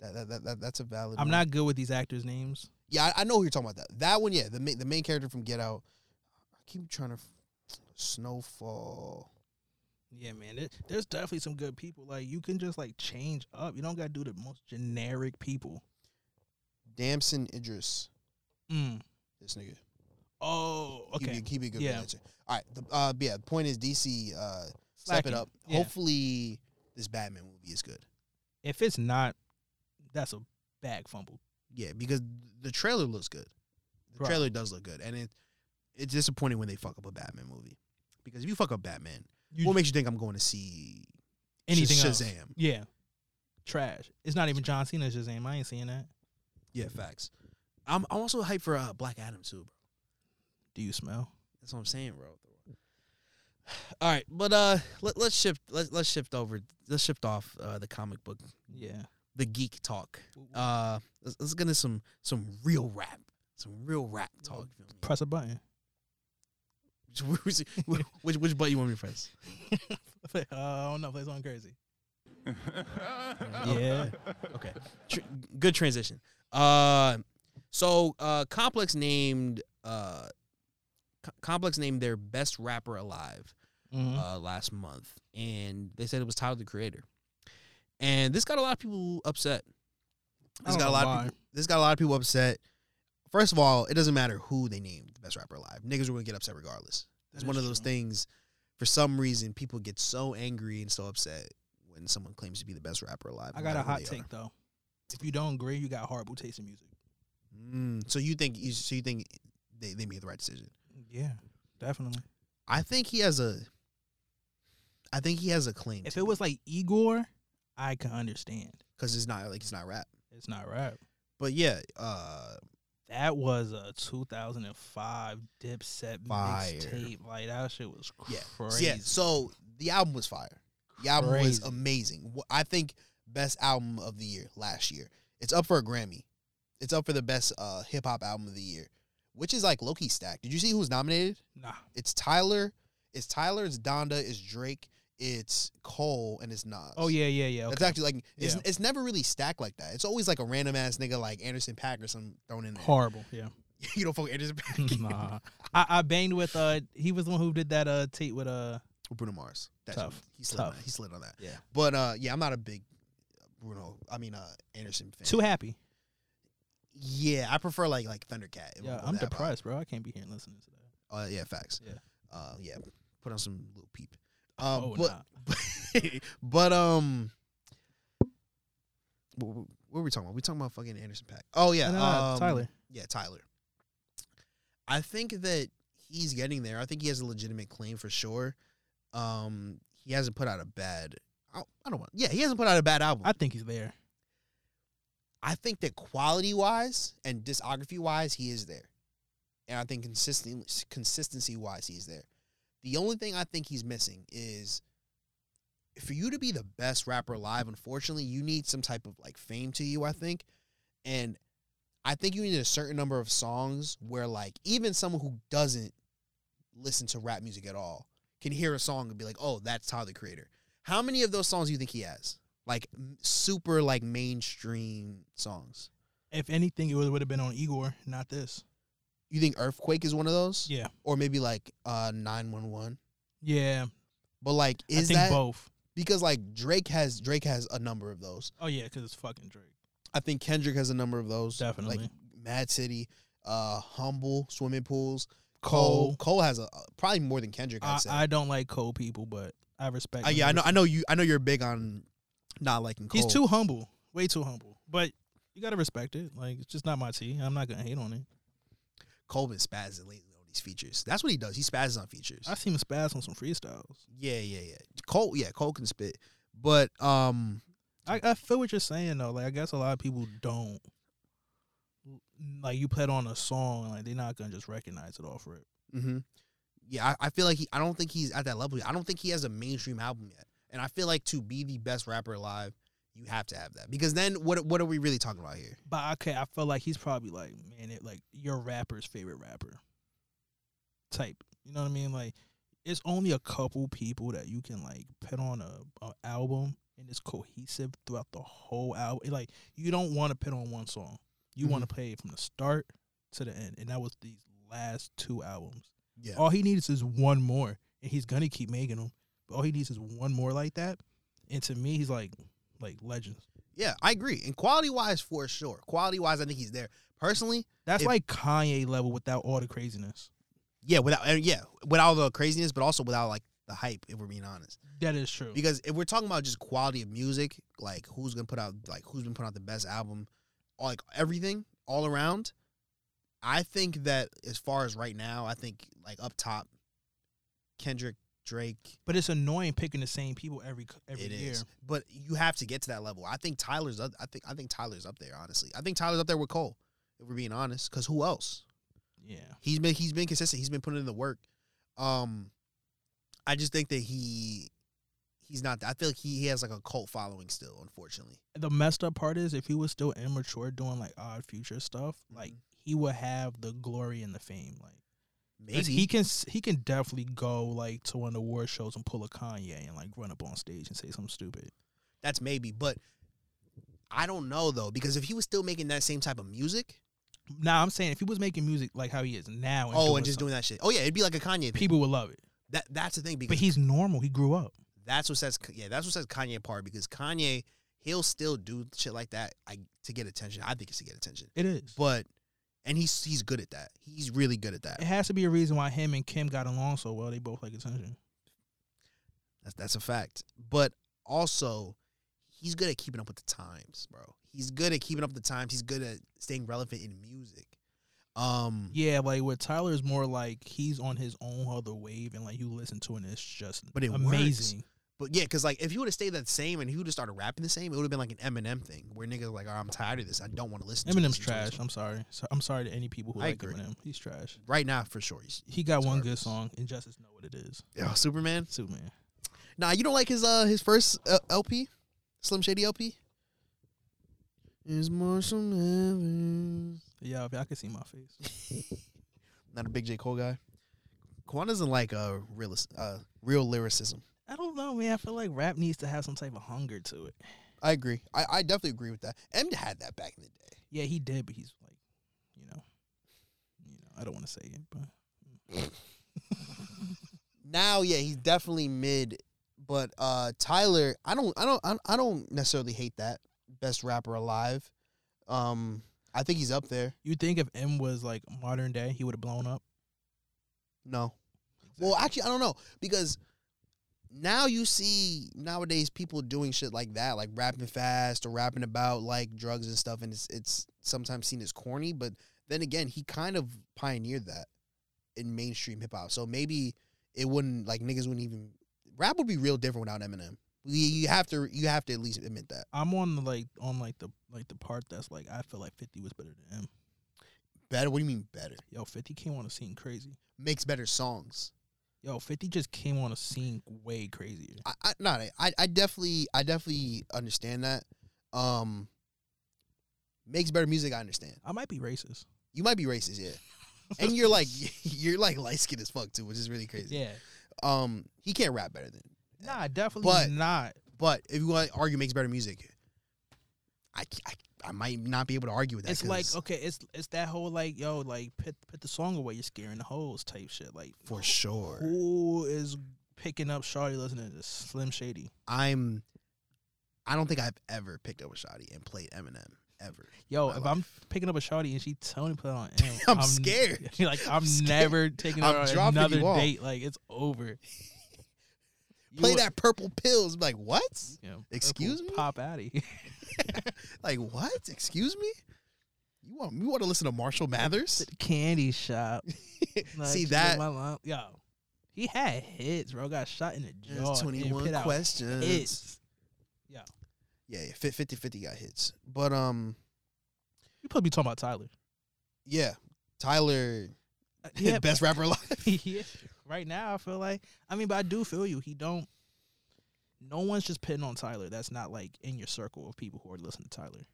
C: that, that, that, that that's a valid
B: I'm
C: one.
B: not good with these actors' names.
C: Yeah, I, I know who you're talking about that. That one, yeah, the main the main character from Get Out. I keep trying to f- Snowfall.
B: Yeah, man. there- There's definitely some good people. Like you can just like change up. You don't gotta do the most generic people.
C: Damson Idris.
B: Mm.
C: This nigga.
B: Oh,
C: He be-
B: okay.
C: He be, a good
B: Yeah.
C: Green Lantern. All right. The, uh yeah, the point is DC uh step
B: Slacking.
C: it up.
B: Yeah.
C: Hopefully this Batman movie is good.
B: If it's not, that's a bag fumble.
C: Yeah, because the trailer looks good. The
B: Right.
C: trailer does look good, and it it's disappointing when they fuck up a Batman movie. Because if you fuck up Batman,
B: You
C: what makes you think I'm going to see Sh-
B: anything else?
C: Shazam?
B: Yeah. Trash. It's not even John Cena's Shazam. I ain't seeing that.
C: Yeah, facts. I'm I'm also hyped for uh, Black Adam too, bro.
B: Do you smell?
C: That's what I'm saying, bro. All right, but uh, let, let's shift. Let's let's shift over. Let's shift off uh, the comic book,
B: Yeah.
C: the geek talk. Uh, let's, let's get into some some real rap, some real rap talk. you feel me?
B: Press a button.
C: Which, which which button you want me to press?
B: uh, I don't know. Play something crazy.
C: yeah. Okay. Tr- good transition. Uh, so uh, Complex named uh, Co- Complex named their best rapper alive
B: Mhm.
C: uh, last month, and they said it was Tyler the Creator, and this got a lot of people upset.
B: I
C: This
B: don't
C: got a
B: know
C: lot.
B: why.
C: Of people, this got a lot of people upset. First of all, it doesn't matter who they named the best rapper alive. Niggas were gonna get upset regardless.
B: That
C: It's one
B: is
C: of those
B: true.
C: things. For some reason, people get so angry and so upset when someone claims to be the best rapper alive.
B: I
C: no
B: got
C: matter
B: a
C: who
B: hot
C: they are.
B: take though. If you don't agree, you got horrible taste in music.
C: Mm, so you think? you- So you think they, they made the right decision?
B: Yeah, definitely.
C: I think he has a. I think he has a claim.
B: If it was like Igor, I could understand.
C: because it's not like it's not rap,
B: It's not rap.
C: but yeah, uh,
B: That was a 2005 Dipset
C: Fire.
B: mixtape. Like that shit was
C: yeah,
B: crazy.
C: So, yeah. So the album was fire. The album was
B: Crazy.
C: amazing. Wh- I think best album of the year last year. It's up for a Grammy. It's up for the best uh, hip hop album of the year, which is like Loki stack. Did you see who's nominated?
B: nah,
C: It's Tyler. It's Tyler. It's Donda. It's Drake. It's Cole, and it's Nas.
B: Oh yeah, yeah, yeah.
C: It's
B: okay.
C: actually like it's
B: Yeah.
C: it's never really stacked like that. It's always like a random ass nigga like Anderson Pack or something thrown in there.
B: horrible. Yeah.
C: you don't fuck with Anderson Pack.
B: nah. I, I banged with uh he was the one who did that uh tape with uh
C: Bruno Mars. That's
B: Tough.
C: He slid on
B: Tough.
C: that. He slid on that.
B: Yeah.
C: But uh yeah, I'm not a big Bruno I mean uh Anderson fan.
B: Too Happy.
C: yeah, I prefer like like Thundercat.
B: Yeah,
C: With
B: I'm
C: that vibe.
B: depressed, bro. I can't be here and listening to that.
C: Uh yeah, facts.
B: Yeah.
C: Uh yeah. Put on some little peep. Um
B: oh
C: but
B: nah.
C: but um wh- wh- what were we talking about? We talking about fucking Anderson Pack. Oh yeah,
B: Nah, nah,
C: um,
B: Tyler.
C: Yeah, Tyler. I think that he's getting there. I think he has a legitimate claim for sure. Um, he hasn't put out a bad. I I don't want. Yeah, he hasn't put out a bad album.
B: I think he's there.
C: I think that quality wise and discography wise, he is there, and I think consistent consistency wise, he's there. The only thing I think he's missing is for you to be the best rapper alive. Unfortunately, you need some type of like fame to you. I think, and I think you need a certain number of songs where like even someone who doesn't listen to rap music at all can hear a song and be like, "Oh, that's Tyler the Creator." How many of those songs do you think he has? Like m- super like mainstream songs.
B: If anything, it would have been on Igor, not this.
C: You think Earthquake is one of those?
B: Yeah,
C: Or maybe like uh 911.
B: yeah.
C: But like is
B: I think
C: that
B: both.
C: because like Drake has Drake has a number of those.
B: Oh yeah, because it's fucking Drake.
C: I think Kendrick has a number of those.
B: Definitely.
C: Like Mad City, uh Humble, Swimming Pools,
B: Cole.
C: Cole. Cole has a uh, probably more than Kendrick I'd
B: I,
C: say.
B: I don't like cold people, but I respect.
C: Uh,
B: him.
C: yeah, I know. I know you. I know you're big on not liking. Cole.
B: He's too humble, way too humble. But you gotta respect it. Like it's just not my tea. I'm not gonna hate on it.
C: Cole been spazzing lately on these features. That's what he does. He spazzes on features.
B: I seen him spaz on some freestyles.
C: yeah, yeah, yeah. Cole, yeah, Cole can spit, but um,
B: I, I feel what you're saying though. Like I guess a lot of people don't. Like you put on a song, like they're not gonna just recognize it off rip.
C: hmm yeah, I, I feel like he. I don't think he's at that level. yet. I don't think he has a mainstream album yet. And I feel like to be the best rapper alive, you have to have that because then what? What are we really talking about here?
B: But okay, I feel like he's probably like, man, it like your rapper's favorite rapper type. You know what I mean? Like it's only a couple people that you can like put on a, a album and it's cohesive throughout the whole album. Like you don't want to put on one song. You want to play it from the start to the end, and that was these last two albums.
C: Yeah,
B: All he needs is one more, and he's gonna keep making them. But all he needs is one more like that, and to me, he's like like legends.
C: yeah, I agree. And quality wise, for sure, quality wise, I think he's there. Personally,
B: That's
C: If-
B: like Kanye level without all the craziness.
C: yeah, without and yeah, without the craziness, but also without like the hype. If we're being honest.
B: That is true.
C: Because if we're talking about just quality of music, like who's gonna put out like who's been putting out the best album, all- like everything all around, I think that as far as right now, I think like up top, Kendrick, Drake,
B: but it's annoying picking the same people every c- every
C: it is.
B: year.
C: But you have to get to that level. I think Tyler's. Up, I think I think Tyler's up there. Honestly, I think Tyler's up there with Cole. If we're being honest, because who else?
B: Yeah,
C: He's been he's been consistent. He's been putting in the work. Um, I just think that he he's not. I feel like he, he has like a cult following still. Unfortunately,
B: the messed up part is if he was still immature doing like odd future stuff, like
C: Mhm.
B: he would have the glory and the fame. Like 'cause
C: maybe
B: he can s- he can definitely go like to one of the award shows and pull a Kanye and like run up on stage and say something stupid.
C: that's maybe, but I don't know though because if he was still making that same type of music,
B: Now I'm saying if he was making music like how he is now, and
C: oh, and just
B: something,
C: doing that shit, oh yeah, it'd be like a Kanye. Thing.
B: people would love it.
C: That that's the thing
B: But
C: because
B: he's normal. He grew up.
C: that's what says yeah that's what says Kanye part because Kanye he'll still do shit like that I, to get attention. I think it's to get attention,
B: It is.
C: but and he's he's good at that. He's really good at that.
B: It has to be a reason why him and Kim got along so well. They both like attention.
C: That's that's a fact. But also, he's good at keeping up with the times, bro. He's good at keeping up with the times. He's good at staying relevant in music. Um,
B: Yeah, like with Tyler is more like he's on his own other wave, and like you listen to it, and it's just
C: But it
B: amazing.
C: but yeah, because like if he would have stayed that same and he would have started rapping the same, it would have been like an Eminem thing where niggas like, oh, I'm tired of this. I don't want to listen. to
B: Eminem's
C: this, listen to this."
B: trash. I'm sorry. So, I'm sorry to any people who
C: I
B: like
C: agree.
B: Eminem. He's trash.
C: Right now, for sure. He's,
B: He got
C: It's
B: one good
C: garbage.
B: song, and Justice know what it is.
C: oh, Superman.
B: Superman.
C: Nah, you don't like his uh his first uh, LP, Slim Shady LP. Is Marshall Mathers.
B: Yeah, if y'all can see my face.
C: Not a big J Cole guy. Kwan doesn't like uh real uh real lyricism.
B: I don't know, man. I feel like rap needs to have some type of hunger to it.
C: I agree. I, I definitely agree with that. M had that back in the day.
B: Yeah, he did, but he's like, you know, you know. I don't want to say it, but mm.
C: Now, yeah, he's definitely mid. But uh, Tyler, I don't, I don't, I don't- I don't necessarily hate that best rapper alive. Um, I think he's up there.
B: you think if M was like modern day, he would have blown up.
C: No, well, actually, I don't know because now you see nowadays people doing shit like that, like rapping fast or rapping about like drugs and stuff, and it's it's sometimes seen as corny. But then again, he kind of pioneered that in mainstream hip hop, so maybe it wouldn't like niggas wouldn't even rap would be real different without Eminem. You, you have to you have to at least admit that.
B: I'm on the like on like the like the part that's like I feel like 50 was better than him.
C: Better? What do you mean better?
B: Yo, 50 came on the scene crazy.
C: Makes better songs.
B: Yo, 50 just came on the scene way crazier.
C: I, I not I I definitely I definitely understand that. Um makes better music, I understand.
B: I might be racist.
C: You might be racist, yeah. And you're like you're like light skinned as fuck too, which is really crazy.
B: Yeah.
C: Um he can't rap better than
B: Nah, definitely
C: But-
B: not.
C: but if you want to argue makes better music, I, c- I- I might not be able to argue with that.
B: It's like
C: 'cause
B: okay, it's it's that whole like yo, like put put the song away, you're scaring the hoes type shit. Like
C: for sure.
B: who is picking up Shawty listening to Slim Shady?
C: I'm I don't think I've ever picked up a shoddy and played Eminem ever.
B: Yo,
C: My
B: if
C: life.
B: I'm picking up a shawty and she telling me to put it on, M,
C: I'm scared.
B: Like I'm,
C: I'm scared.
B: never taking her
C: I'm
B: on
C: dropping
B: another
C: you off.
B: date. Like it's over. You
C: Play
B: wa-
C: that purple pills. Like what?
B: you know,
C: Excuse
B: purple
C: me?
B: Pop Addy.
C: Like what? Excuse me? You want you want to listen to Marshall Mathers?
B: Candy shop. Like,
C: See
B: she
C: that?
B: My mom, yo, he had hits, bro. Got shot in the jaw.
C: There's
B: and
C: 21
B: put out
C: questions.
B: Hits.
C: Yeah, yeah, fif- 50 50 got hits. But um
B: You probably be talking about Tyler.
C: yeah, Tyler
B: Uh, Yeah,
C: best rapper alive.
B: yeah. Right now, I feel like I mean, but I do feel you. He don't. No one's just pitting on Tyler. That's not like in your circle of people who are listening to Tyler.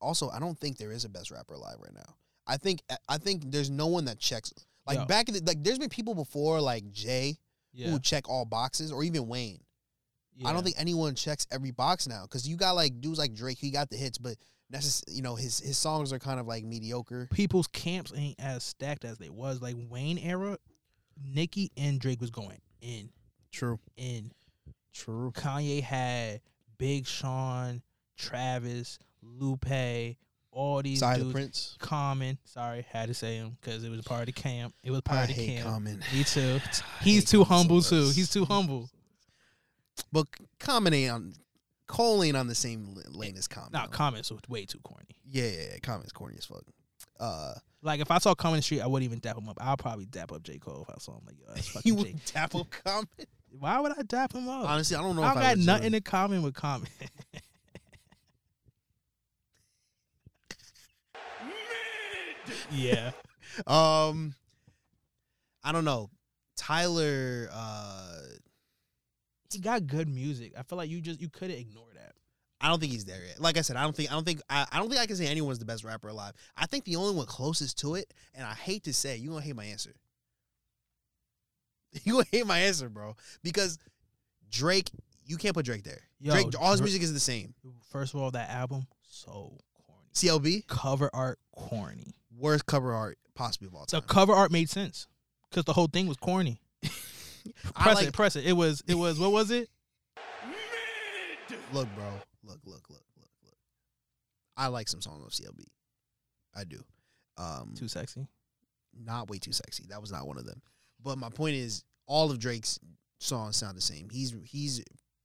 C: also I don't think there is a best rapper alive right now. I think I think there's no one that checks like
B: No.
C: back in the like there's been people before like Jay who would check all boxes or even Wayne. I don't think anyone checks every box now cuz you got like dudes like Drake he got the hits but necess- you know his his songs are kind of like mediocre.
B: people's camps ain't as stacked as they was. Like Wayne era, Nicki and Drake was going in
C: True.
B: in.
C: True.
B: Kanye had Big Sean, Travis, Lupe, all these
C: Side
B: dudes.
C: the Prince.
B: Common, sorry, had to say him because it was a part of the camp. It was
C: I
B: part of the
C: hate
B: camp.
C: Common.
B: Me too.
C: I
B: He's
C: hate
B: too
C: Common so
B: humble
C: much.
B: too. He's too humble.
C: But Common ain't on Cole ain't on the same l- lane as Common.
B: Nah, comments was way too corny.
C: Yeah, yeah, yeah. Common's corny as fuck. Uh,
B: Like if I saw Common in the street, I wouldn't even dap him up. I'll probably dap up J Cole if I saw him. Like yo, that's
C: you
B: fucking J.
C: would tackle Common.
B: Why would I dap him up?
C: Honestly, I don't know.
B: Oh, I
C: if
B: don't
C: I
B: got
C: would
B: nothing
C: do it.
B: in common with Common. yeah.
C: Um, I don't know. Tyler. Uh,
B: He got good music. I feel like you just you couldn't ignore that.
C: I don't think he's there yet. Like I said, I don't think I don't think I, I don't think I can say anyone's the best rapper alive. I think the only one closest to it, and I hate to say, you gonna hate my answer. You gonna hate my answer, bro, because Drake, you can't put Drake there.
B: Yo,
C: Drake, all his
B: Dra-
C: music is the same.
B: First of all, that album so corny.
C: CLB,
B: Cover art corny.
C: worst cover art possibly of all
B: The
C: time.
B: cover art made sense because the whole thing was corny.
C: I
B: Press
C: like,
B: it, press it. It was, it was. What was it?
C: look, bro, look, look, look, look, look. I like some songs of CLB. I do. Um,
B: Too sexy.
C: not way too sexy. That was not one of them. But my point is, all of Drake's songs sound the same. He's he's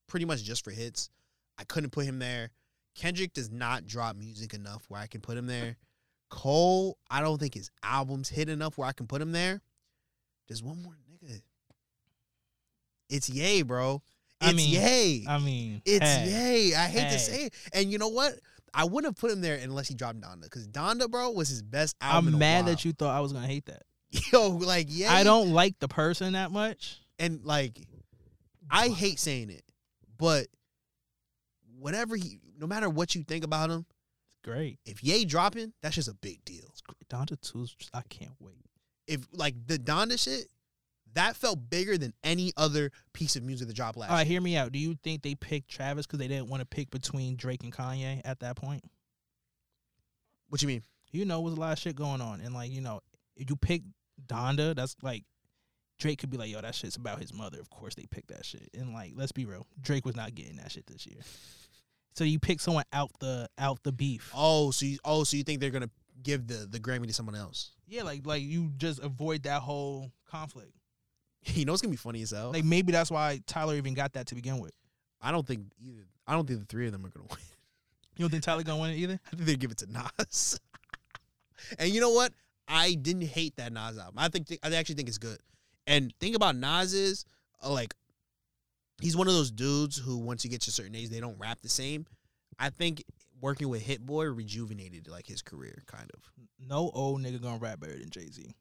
C: pretty much just for hits. I couldn't put him there. Kendrick does not drop music enough where I can put him there. Cole, I don't think his albums hit enough where I can put him there. There's one more nigga. It's Yay, bro.
B: I
C: It's
B: mean,
C: Yay.
B: I mean,
C: It's
B: hey.
C: yay. I hate
B: Hey.
C: to say it. And you know what? I wouldn't have put him there unless he dropped Donda. Because Donda, bro, was his best album.
B: I'm mad that you thought I was gonna hate that.
C: Yo, like, yeah.
B: I don't like the person that much.
C: And, like, I hate saying it, but whatever he, no matter what you think about him,
B: Great.
C: if Ye dropping, that's just a big deal.
B: It's gr- Donda 2's just- I can't wait.
C: If, like, the Donda shit, that felt bigger than any other piece of music that dropped last
B: All right,
C: year.
B: hear me out. Do you think they picked Travis because they didn't want to pick between Drake and Kanye at that point?
C: What you mean?
B: You know, was a lot of shit going on, and like you know, if you pick Donda, that's like Drake could be like, "Yo, that shit's about his mother." Of course, they picked that shit, and like, let's be real, Drake was not getting that shit this year. So you pick someone out the out the beef.
C: Oh, so you, oh, so you think they're going to give the, the Grammy to someone else?
B: Yeah, like like you just avoid that whole conflict.
C: You know it's gonna be funny as hell.
B: Like maybe that's why Tyler even got that to begin with.
C: I don't think either. I don't think the three of them are gonna win.
B: You don't think Tyler gonna win it either?
C: I think they give it to Nas. and you know what? I didn't hate that Nas album. I think I actually think it's good. And thing about Nas is, uh, like he's one of those dudes who once you get to a certain age they don't rap the same. I think working with Hit Boy rejuvenated like his career kind of.
B: No old nigga gonna rap better than Jay Z.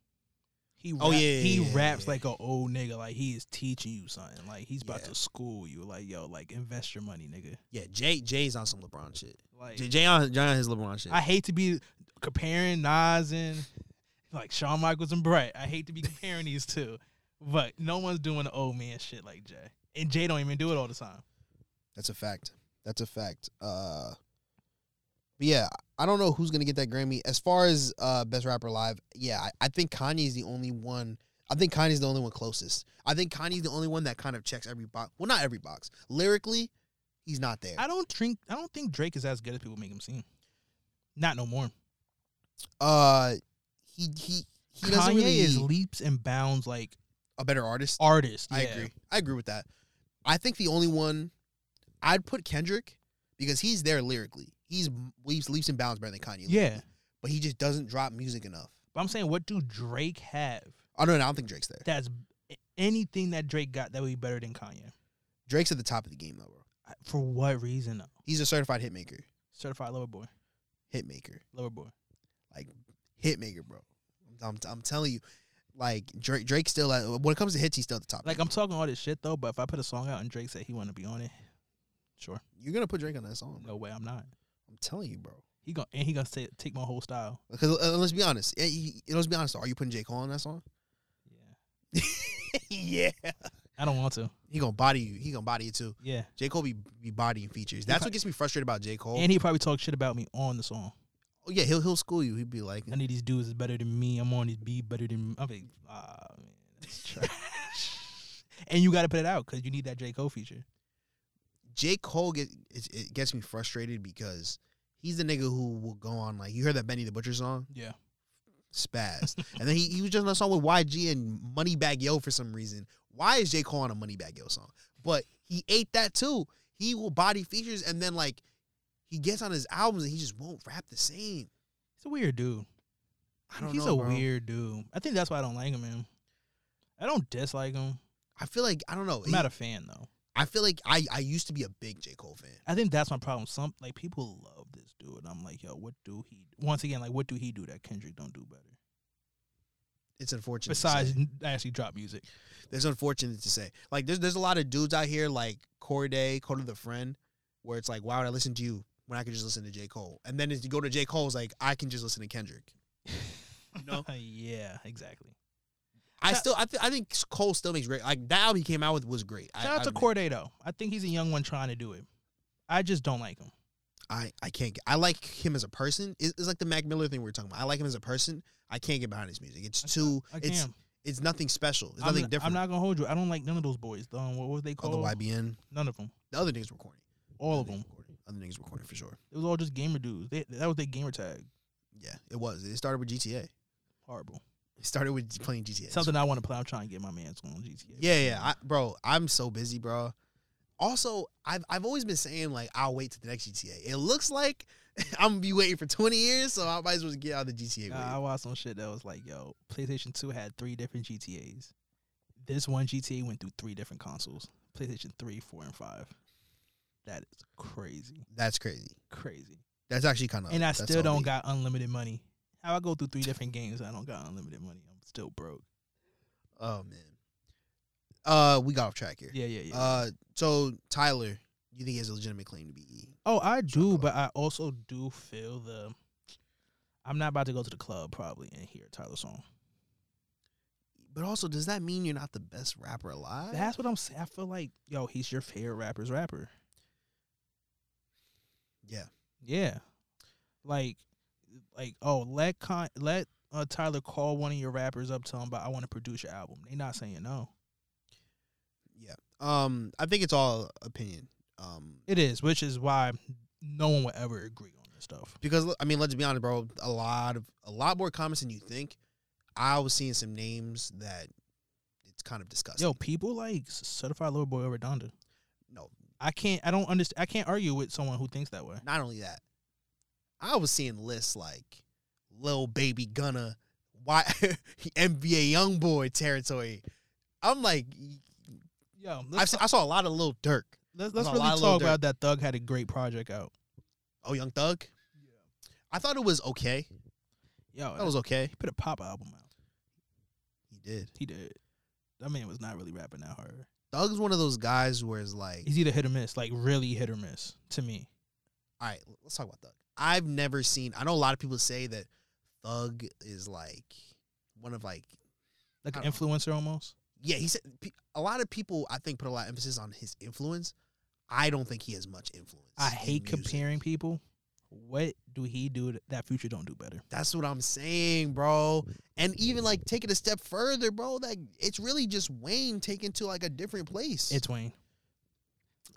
B: He
C: Oh,
B: rap-
C: yeah,
B: he
C: yeah,
B: raps
C: yeah.
B: like an old nigga. Like he is teaching you something. Like he's about
C: Yeah.
B: to school you. Like yo, like invest your money, nigga.
C: Yeah, Jay Jay's on some LeBron shit.
B: Like
C: Jay, Jay on Jay on his LeBron shit.
B: I hate to be comparing Nas and like Shawn Michaels and Brett. I hate to be comparing these two, but no one's doing the old man shit like Jay. And Jay don't even do it all the time.
C: That's a fact. That's a fact. Uh, but yeah, I don't know who's gonna get that Grammy. As far as uh, best rapper live, yeah, I, I think Kanye's the only one. I think Kanye's the only one closest. I think Kanye's the only one that kind of checks every box. Well, not every box. Lyrically, he's not there.
B: I don't think I don't think Drake is as good as people make him seem. Not no more.
C: Uh, he he he doesn't
B: Kanye
C: really
B: is leaps and bounds like
C: a better artist.
B: artist.
C: I
B: yeah.
C: agree. I agree with that. I think the only one I'd put Kendrick because he's there lyrically. He's leaps leaps and bounds better than Kanye.
B: Yeah.
C: but he just doesn't drop music enough.
B: But I'm saying, what do Drake have
C: Oh no, no, I don't think Drake's there.
B: that's anything that Drake got that would be better than Kanye?
C: Drake's at the top of the game though, bro.
B: I- For what reason? though?
C: He's a certified hitmaker.
B: Certified lover boy,
C: Hitmaker.
B: lover boy.
C: Like hitmaker, bro. I'm, I'm telling you. Like Drake Drake's still at, when it comes to hits, he's still at the top.
B: Like uh, I'm talking all this shit though, but if I put a song out and Drake said he want to be on it, sure,
C: You're gonna put Drake on that song. Bro.
B: no way, I'm not.
C: I'm telling you, bro.
B: He gonna and he gonna say take my whole style.
C: Because uh, let's be honest. eh, he- let's be honest. Are you putting J. Cole on that song?
B: Yeah,
C: yeah.
B: I don't want to.
C: He gonna body you. He gonna body you too.
B: Yeah,
C: J. Cole be, be bodying features. That's
B: pro-
C: what gets me frustrated about J. Cole.
B: and he probably talk shit about me on the song.
C: oh, yeah, he'll he'll school you. He'd be like,
B: None of these dudes is better than me. I'm on this beat better than I'm like, ah man, that's trash. and you got to put it out because you need that J Cole feature.
C: J. Cole get it, it gets me frustrated because he's the nigga who will go on like you heard that Benny the Butcher song
B: Yeah,
C: spaz, and then he, he was just on a song with YG and Moneybag Yo for some reason. Why is J. Cole on a Moneybag Yo song? But he ate that too. He will body features and then like he gets on his albums and he just won't rap the same.
B: he's a weird dude.
C: I don't
B: he's a
C: know. bro.
B: weird dude. I think that's why I don't like him, man. I don't dislike him.
C: I feel like I don't know.
B: I'm not a fan though.
C: I feel like I I used to be a big J. Cole fan.
B: I think that's my problem. Some like people love this dude. and I'm like, yo, what do he? Once again, like, what do he do that Kendrick don't do better?
C: It's unfortunate. to say.
B: Besides, n- actually, drop music.
C: That's unfortunate to say. Like there's there's a lot of dudes out here like Corday, Coda the Friend, where it's like, why would I listen to you when I could just listen to J. Cole? And then as you go to J. Cole's like, I can just listen to Kendrick. know?
B: yeah, exactly.
C: I
B: Shout-
C: still I, th- I think Cole still makes great like that album he came out with was great. I,
B: Shout out
C: I
B: to
C: admit.
B: Corday though. I think he's a young one trying to do it. I just don't like him.
C: I, I can't get I like him as a person. It's, it's like the Mac Miller thing we were talking about. I like him as a person. I can't get behind his music. It's too
B: I
C: it's
B: can't.
C: it's nothing special. It's
B: I'm,
C: nothing
B: n- I'm
C: different.
B: not gonna hold you. I don't like none of those boys. though. what was they
C: Oh, the
B: called?
C: YBN.
B: None of them.
C: The other niggas were corny.
B: All of
C: Other niggas
B: them.
C: were corny. Other niggas were corny for sure.
B: It was all just gamer dudes. They, that was their gamer tag.
C: Yeah, it was. It started with GTA.
B: Horrible.
C: It started with playing GTA.
B: Something I want to play. I'm trying to get my man's on GTA.
C: Yeah, yeah, I, bro. I'm so busy, bro. Also, I've I've always been saying like I'll wait till the next GTA. It looks like I'm gonna be waiting for 20 years, so I might as well get out of the GTA.
B: Nah, I
C: wave.
B: watched some shit that was like, yo, PlayStation 2 had three different GTAs. This one GTA went through three different consoles PlayStation 3, 4, and 5. That is crazy.
C: That's crazy.
B: Crazy.
C: That's actually kind of.
B: and I still don't got unlimited money. How I go through three different games, I don't got unlimited money. I'm still broke.
C: Oh man. Uh, we got off track here.
B: Yeah, yeah, yeah.
C: Uh, so Tyler, you think he has a legitimate claim to be E?
B: oh, I do, but I also do feel the. I'm not about to go to the club probably and hear Tyler song.
C: But also, does that mean you're not the best rapper alive?
B: That's what I'm saying. I feel like, yo, he's your favorite rapper's rapper.
C: yeah.
B: Yeah. Like like oh let Con- let uh, Tyler call one of your rappers up tell him about I want to produce your album. They not saying no.
C: Um, I think it's all opinion. Um,
B: It is, which is why no one will ever agree on this stuff.
C: because I mean, let's be honest, bro. A lot of a lot more comments than you think. I was seeing some names that it's kind of disgusting.
B: Yo, people like certified little boy over Donda.
C: no,
B: I can't I don't understand I can't argue with someone who thinks that way.
C: not only that, I was seeing lists like Lil Baby Gunna, why NBA YoungBoy territory. I'm like,
B: Yo,
C: I've,
B: let's
C: se- I saw a lot of Lil Durk.
B: let's, let's
C: a
B: really
C: lot of Lil
B: talk
C: Durk.
B: about that. Thug had a great project out.
C: Oh, Young Thug. I thought it was okay.
B: Yo,
C: That was okay.
B: he put a pop album out.
C: He did.
B: He did. That man was not really rapping that hard.
C: Thug's one of those guys where it's like,
B: He's either hit or miss, like really hit or miss to me.
C: all right, let's talk about Thug. I've never seen. I know a lot of people say that Thug is like one of like
B: Like
C: I
B: an
C: don't
B: influencer almost.
C: yeah. He said pe- a lot of people I think put a lot of emphasis on his influence. I don't think he has much influence.
B: I
C: in
B: hate
C: music.
B: comparing people. What do he do that- that Future don't do better?
C: That's what I'm saying, bro. And even like take it a step further, bro. Like it's really just Wayne taken to like a different place.
B: It's Wayne.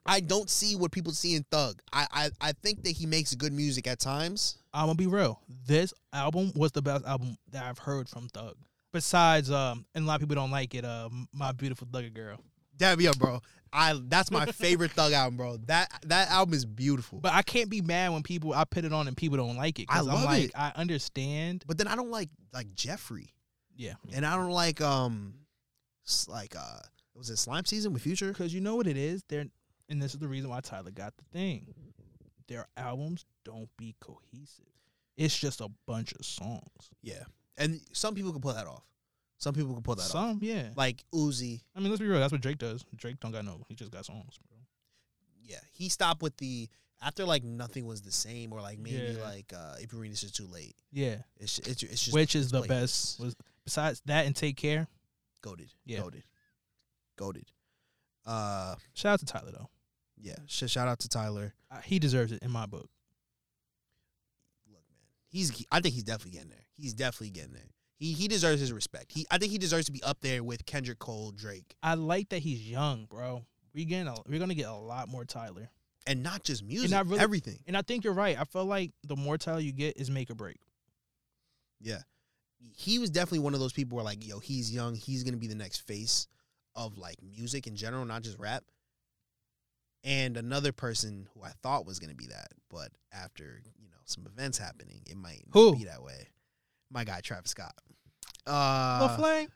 C: I don't see what people see in Thug. I I, I think that he makes good music at times.
B: I'm gonna be real. This album was the best album that I've heard from Thug. Besides, um, and a lot of people don't like it. Uh, my beautiful Thugger girl.
C: Damn yeah, bro. I that's my favorite Thug album, bro. That that album is beautiful. But,
B: But I can't be mad when people I put it on and people don't like it. 'cause
C: I love
B: I'm like,
C: it.
B: I understand.
C: then I don't like like Jeffrey,
B: Yeah,
C: and I don't like um s- like uh was it Slime Season with Future?
B: because you know what it is. They're and this is the reason why Tyler got the thing. Their albums don't be cohesive. It's just a bunch of songs.
C: Yeah, and some people can pull that off. Some people can pull that off.
B: Some, yeah.
C: Like Uzi,
B: I mean, let's be real. That's what Drake does. Drake don't got no. He just got songs, bro.
C: yeah, he stopped with the after like nothing was the same, or like maybe
B: Yeah.
C: like uh if you read this is too late.
B: Yeah,
C: It's it's it's just
B: which is the
C: plain.
B: best. Was besides that and Take Care.
C: Goaded.
B: Yeah.
C: Goaded. Goaded. Uh
B: Shout out to Tyler though.
C: yeah. Sh- shout out to Tyler.
B: Uh, He deserves it in my book.
C: Look, man. He's I think he's definitely getting there. He's definitely getting there. He he deserves his respect. He I think he deserves to be up there with Kendrick Cole, Drake,
B: I like that he's young, bro. We getting a, we're gonna get a lot more Tyler,
C: and not just music,
B: not really-
C: everything.
B: and I think you're right. I feel like the more Tyler you get, is make or break.
C: Yeah. He was definitely one of those people where like, yo, he's young, he's gonna be the next face of like music in general, not just rap. And another person who I thought was gonna be that, but after, you know, some events happening, it might not
B: Who?
C: be that way. My guy Travis Scott.
B: The
C: Uh
B: Flank.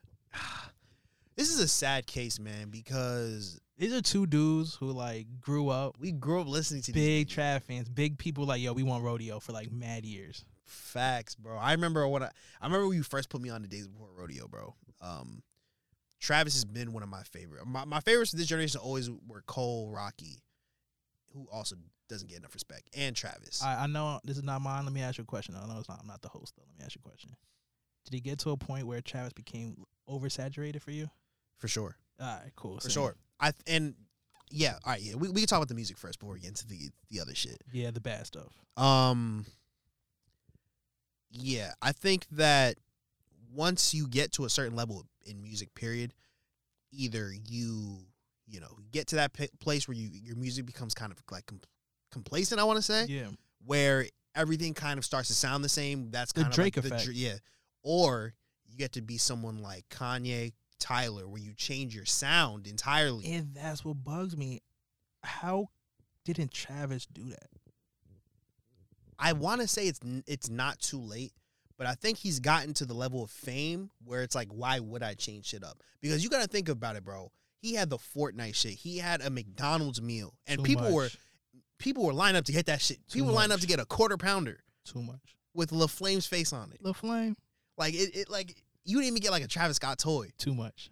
C: this is a sad case, man, because
B: These are two dudes who like grew up
C: we grew up listening to these
B: big
C: niggas.
B: trap fans, big people like yo. We want rodeo for like mad years.
C: Facts, bro. I remember when I, I remember when you first put me on the days before rodeo, bro. Um, Travis has been one of my favorite. My, my favorites of this generation always were Cole, Rocky, who also doesn't get enough respect, and Travis.
B: I, I know this is not mine. Let me ask you a question. I know it's not. I'm not the host though. Let me ask you a question. Did he get to a point where Travis became oversaturated for you?
C: for sure,
B: All right, cool.
C: for
B: same.
C: sure. I and yeah, all right, yeah. We we can talk about the music first before we get into the the other shit.
B: Yeah, the bad stuff.
C: Um, yeah, I think that once you get to a certain level in music, period, either you you know get to that p- place where you your music becomes kind of like com- complacent. I want to say
B: Yeah,
C: where everything kind of starts to sound the same. That's
B: The
C: kind of
B: Drake
C: like
B: effect.
C: The, Dra- yeah, or you get to be someone like Kanye, Tyler, where you change your sound entirely.
B: and that's what bugs me. How didn't Travis do that?
C: I want to say it's n- it's not too late, but I think he's gotten to the level of fame where it's like, why would I change shit up? Because you got to think about it, bro. He had the Fortnite shit. He had a McDonald's meal, and
B: Too
C: people
B: much.
C: were people were lined up to get that shit.
B: Too
C: people were lined up
B: much.
C: to get a quarter pounder
B: too much.
C: with La Flame's face on it.
B: The flame
C: Like it, it like you didn't even get like a Travis Scott toy.
B: too much.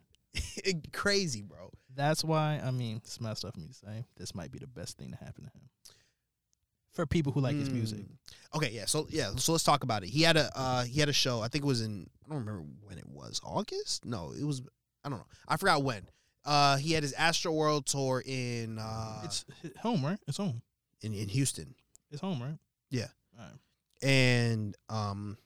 C: Crazy, bro.
B: That's why I mean, it's messed up for me to say. This might be the best thing to happen to him. For people who like his music,
C: Mm. Okay, yeah. So yeah, so let's talk about it. He had a uh, he had a show. I think it was in I don't remember when it was. August? No, it was. I don't know. I forgot when. Uh, he had his Astro World tour in uh
B: it's h- home, right? It's home.
C: in, in Houston,
B: It's home, right?
C: Yeah.
B: All right.
C: and um,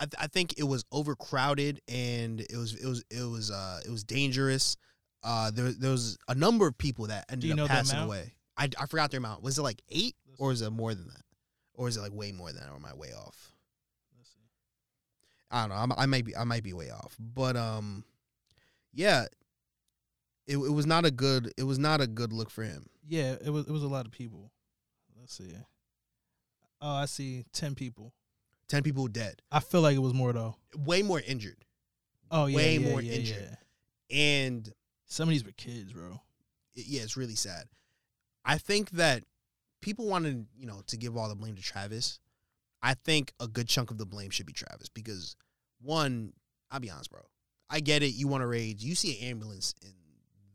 C: I, th- I think it was overcrowded and it was it was it was uh it was dangerous. Uh, there there was a number of people that ended
B: you know
C: up
B: the
C: passing
B: amount?
C: away. I, I forgot their amount. Was it like eight or is it more than that? Or is it like way more than that? Or am I way off?
B: Let's see.
C: I don't know. I'm, I might be. I might be way off. But um, yeah. It, it was not a good. It was not a good look for him.
B: Yeah, it was it was a lot of people. Let's see. Oh, I see ten people.
C: Ten people dead.
B: I feel like it was more though.
C: Way more injured.
B: Oh yeah,
C: Way
B: yeah,
C: more
B: yeah,
C: injured. and
B: Some of these were kids, bro.
C: it- yeah, it's really sad. I think that people wanted, you know, to give all the blame to Travis. I think a good chunk of the blame should be Travis because one, I'll be honest, bro. I get it. You want to rage. You see an ambulance in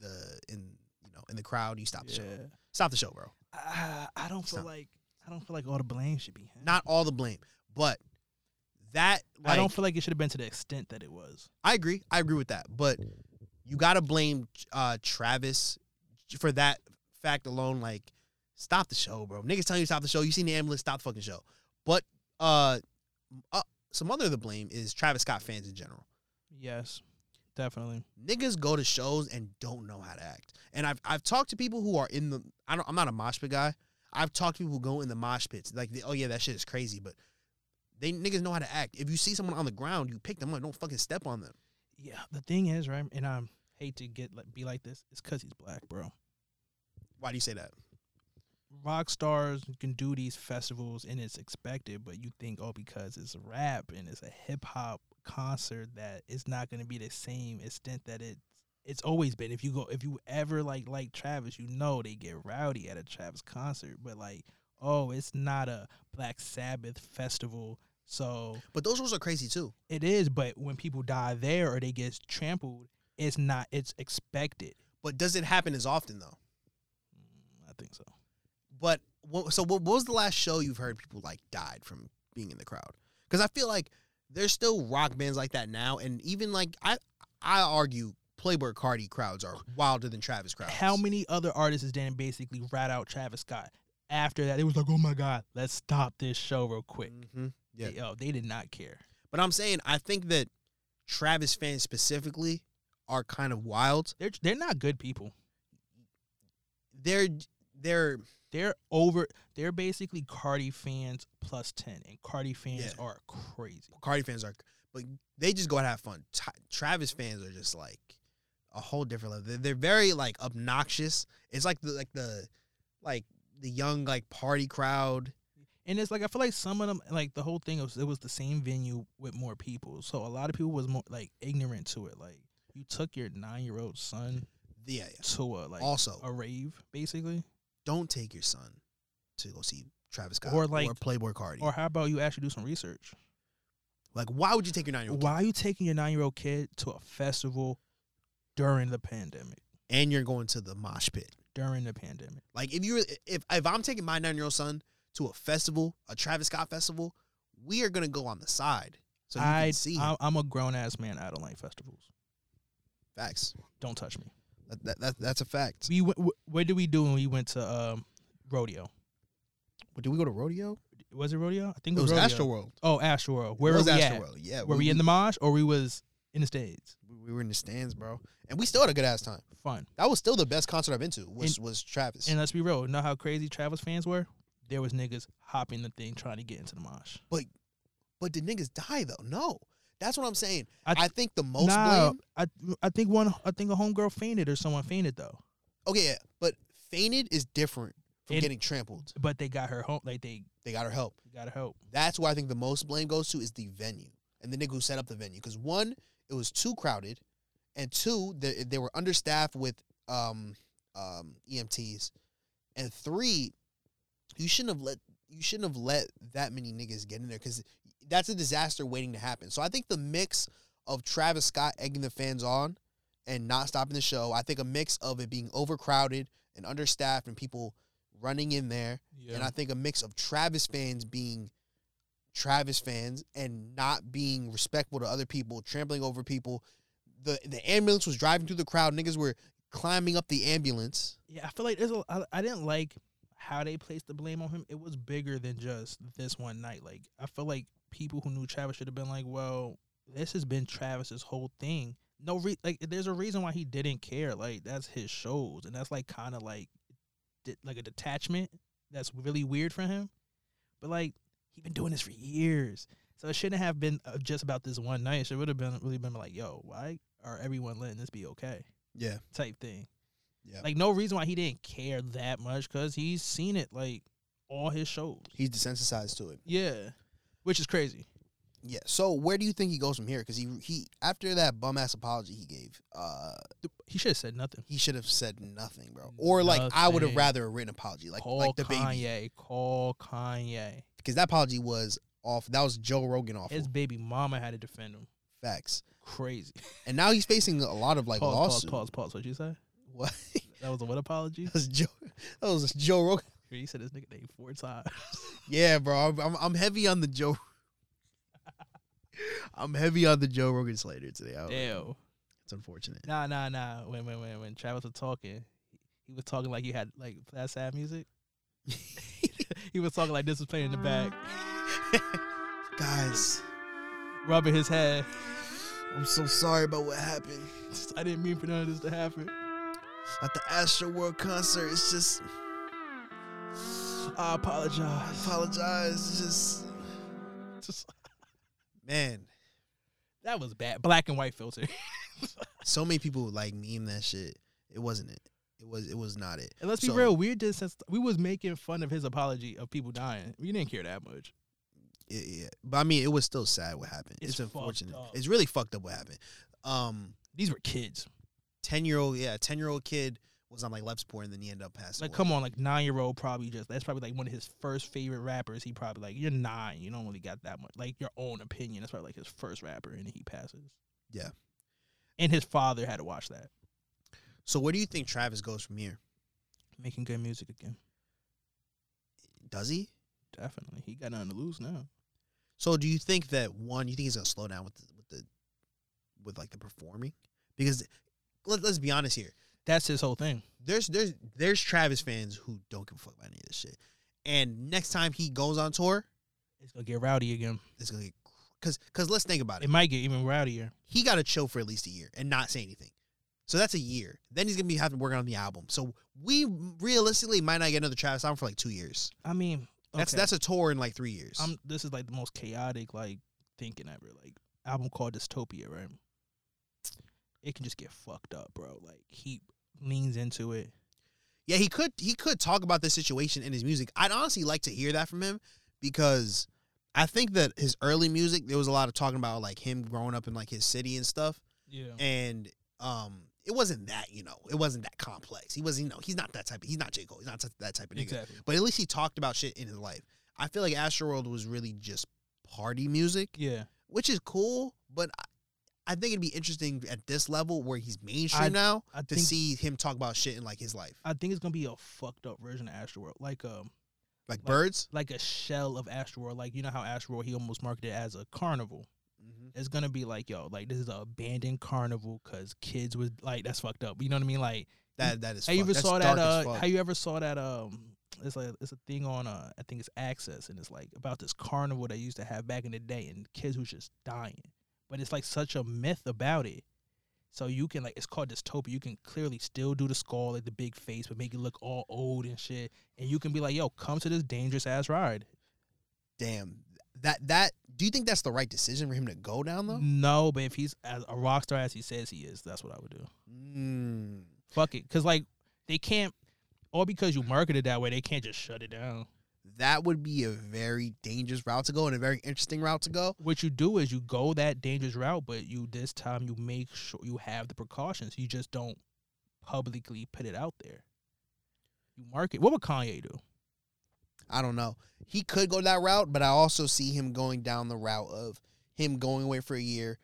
C: the in you know in the crowd. You stop the
B: Yeah.
C: show. Stop the show, bro.
B: I, I don't feel
C: Some-
B: like I don't feel like all the blame should be him.
C: Not all the blame, but that like,
B: I don't feel like it should have been to the extent that it was.
C: I agree. I agree with that. But you gotta blame uh, Travis for that fact alone. Like, stop the show, bro. Niggas telling you to stop the show. You seen the ambulance? Stop the fucking show. But uh, uh, some other of the blame is Travis Scott fans in general.
B: Yes, definitely.
C: Niggas go to shows and don't know how to act. And I've I've talked to people who are in the. I don't. I'm not a mosh pit guy. I've talked to people who go in the mosh pits. Like, they, oh yeah, that shit is crazy. But they niggas know how to act. If you see someone on the ground, you pick them up. Don't fucking step on them.
B: Yeah. The thing is, right, and I hate to get like be like this. It's because he's black, bro.
C: Why do you say that?
B: Rock stars can do these festivals and it's expected, but you think, oh, because it's rap and it's a hip hop concert, that it's not going to be the same extent that it it's always been. If you go, if you ever like like Travis, you know they get rowdy at a Travis concert, but like, oh, it's not a Black Sabbath festival, so
C: But those rules are crazy too.
B: It is, but when people die there or they get trampled, it's not. It's expected. Mm,
C: But does it happen as often though?
B: I think so.
C: But what, so what, what was the last show you've heard people like died from being in the crowd? Because I feel like there's still rock bands like that now, and even like I I argue Playboy Cardi crowds are wilder than Travis crowds.
B: How many other artists is then basically rat out Travis Scott? After that, it was like, oh my god, let's stop this show real quick.
C: Mm-hmm. Yeah.
B: Yo, they did not care.
C: But I'm saying I think that Travis fans specifically are kind of wild.
B: They're they're not good people.
C: They're they're
B: They're over. They're basically Cardi fans plus ten, and Cardi fans
C: Yeah.
B: are crazy.
C: Cardi fans are, but they just go out and have fun. T- Travis fans are just like a whole different level. They're, they're very like obnoxious. It's like the like the like the young like party crowd.
B: And it's like I feel like some of them, like the whole thing was it was the same venue with more people, so a lot of people was more like ignorant to it. Like you took your nine year old son
C: Yeah. yeah.
B: to a like
C: also,
B: a rave basically
C: don't take your son to go see Travis Scott
B: Or, like-
C: or Playboy Cardi.
B: or how about you actually do some research
C: like, why would you take your nine year old
B: why are you taking your nine-year-old kid to a festival during the pandemic
C: and you're going to the mosh pit?
B: during the pandemic
C: Like, if you're if if I'm taking my nine year old son to a festival, a Travis Scott festival, we are gonna go on the side so you
B: i
C: can see him.
B: I'm, I'm a grown-ass man i don't like festivals
C: facts.
B: don't touch me
C: That, that, that, that's a fact.
B: we went, wh- what did we do when we went to um rodeo
C: But did we go to rodeo?
B: was it rodeo i think
C: It was
B: rodeo.
C: Astroworld.
B: oh astro world
C: it
B: where
C: was
B: were we at?
C: Astroworld. Yeah,
B: were we, in the mosh or we was in the states
C: we were in the stands, bro, and we still had a good ass time.
B: fun
C: That was still the best concert I've been to. Was was Travis?
B: and let's be real know how crazy travis fans were there was niggas hopping the thing trying to get into the mosh
C: but did niggas die though? No, that's what I'm saying.
B: I
C: I,
B: th-
C: think the most
B: Nah,
C: blame.
B: I I think one I think a homegirl fainted or someone fainted though.
C: Okay, yeah, but fainted is different from
B: And-
C: getting trampled.
B: But they got her home like they
C: They got her help.
B: got her help.
C: That's where I think the most blame goes to is the venue and the nigga who set up the venue. Because one, it was too crowded, and two, they, they were understaffed with um, um, EMTs, and three, you shouldn't have let you shouldn't have let that many niggas get in there because that's a disaster waiting to happen. So I think the mix of Travis Scott egging the fans on and not stopping the show, I think a mix of it being overcrowded and understaffed and people running in there
B: Yeah.
C: and I think a mix of Travis fans being Travis fans and not being respectful to other people, trampling over people. The the ambulance was driving through the crowd. Niggas were climbing up the ambulance.
B: yeah, I feel like there's a I, I didn't like how they placed the blame on him. It was bigger than just this one night. Like I feel like people who knew Travis should have been like, well, this has been Travis's whole thing. No, re- like there's a reason why he didn't care. Like that's his shows, and that's like kind of like di- like a detachment. That's really weird for him. But like he been doing this for years, so it shouldn't have been uh, just about this one night. It should would have been really been like, yo, why are everyone letting this be okay?
C: Yeah.
B: Type thing.
C: Yeah.
B: Like no reason why he didn't care that much because he's seen it like all his shows.
C: He's desensitized to it.
B: Yeah, which is crazy.
C: Yeah. So where do you think he goes from here? Because he he after that bum ass apology he gave, uh,
B: He should have said nothing.
C: he should have said nothing, bro. Or like I would have
B: Nothing.
C: rather written apology, like
B: call
C: like the
B: Kanye.
C: baby,
B: Call Kanye.
C: because that apology was off. That was Joe Rogan off
B: His baby mama had to defend him.
C: facts,
B: Crazy.
C: and now he's facing a lot of like
B: pause, pause,
C: lawsuits.
B: pause, pause. What you say?
C: What?
B: That was a what apology?
C: that was Joe. That was Joe Rogan.
B: You said his nigga name four times.
C: Yeah, bro. I'm, I'm I'm heavy on the Joe. I'm heavy on the Joe Rogan Slater today. I-
B: Damn.
C: It's unfortunate.
B: Nah, nah, nah. When, when, when, when Travis was talking, he was talking like he had like that sad music. he was talking like this was playing in the back,
C: Guys,
B: rubbing his head.
C: I'm so sorry about what happened.
B: I didn't mean for none of this to happen.
C: At the Astro World concert, it's just
B: I apologize.
C: apologize. It's just
B: Just-
C: man,
B: that was bad. Black and white filter.
C: so many people like meme that shit. It wasn't it. It was it was not it.
B: And let's
C: So-
B: be real, we did since we was making fun of his apology of people dying. We didn't care that much.
C: Yeah, yeah. But I mean, it was still sad what happened. It's,
B: It's fucked
C: unfortunate.
B: up.
C: It's really fucked up what happened. Um,
B: These were kids.
C: ten year old, yeah, ten year old kid was on like left support, and then he ended up passing.
B: Like,
C: away.
B: come on, like nine year old probably just that's probably like one of his first favorite rappers. He probably like you're nine, you don't really got that much like your own opinion. That's probably like his first rapper, and he passes.
C: Yeah.
B: and his father had to watch that
C: So where do you think Travis goes from here?
B: making good music again.
C: Does he?
B: Definitely, he got nothing to lose now.
C: So do you think that one? You think he's gonna slow down with the, with the with like the performing? Because let, let's be honest here.
B: That's his whole thing.
C: There's there's there's Travis fans who don't give a fuck about any of this shit. And next time he goes on tour,
B: It's gonna get rowdy again.
C: it's gonna get because because let's think about
B: It
C: it.
B: might get even rowdier.
C: He got to chill for at least a year and not say anything. So that's a year. Then he's gonna be having to work on the album. So we realistically might not get another Travis album for like two years.
B: I mean,
C: That's
B: okay.
C: that's a tour in like three years.
B: I'm this is like the most chaotic like thinking ever. Like album called Dystopia, right? It can just get fucked up, bro. Like he leans into it.
C: Yeah, he could he could talk about this situation in his music. I'd honestly like to hear that from him because I think that his early music there was a lot of talking about like him growing up in like his city and stuff,
B: Yeah.
C: and um, it wasn't that you know it wasn't that complex. He wasn't you know he's not that type. Of, he's not J Cole. He's not that type of nigga.
B: Exactly.
C: But at least he talked about shit in his life. I feel like Astroworld was really just party music,
B: Yeah.
C: which is cool, but. I, I think it'd be interesting at this level where he's mainstream
B: I-
C: now
B: I
C: to
B: think
C: see him talk about shit in like his life,
B: I think it's gonna be a fucked up version of Astroworld. Like um
C: like birds.
B: like a shell of Astroworld. Like you know how Astroworld he almost marketed it as a carnival. It's gonna be like, yo, like this is an abandoned carnival because kids was like that's fucked up. You know what I mean? Like
C: That that is.
B: Have you
C: fuck-
B: ever
C: that's
B: saw that?
C: dark as
B: Uh,
C: fuck.
B: how you ever saw that? Um, it's like it's a thing on uh, I think it's Access, and it's like about this carnival they used to have back in the day, and kids who's just dying. But it's like such a myth about it. So you can like it's called dystopia. You can clearly still do the skull, like the big face, but make it look all old and shit. And you can be like, "Yo, come to this dangerous ass ride."
C: Damn. That that. Do you think that's the right decision for him to go down though?
B: No, but if he's as a rock star as he says he is, that's what I would do.
C: Mm.
B: Fuck it, because like they can't, or because you market it that way, they can't just shut it down.
C: That would be a very dangerous route to go and a very interesting route to go.
B: what you do is you go that dangerous route, but you this time you make sure you have the precautions. You just don't publicly put it out there. You market. What would Kanye do?
C: I don't know. He could go that route, but I also see him going down the route of him going away for a year,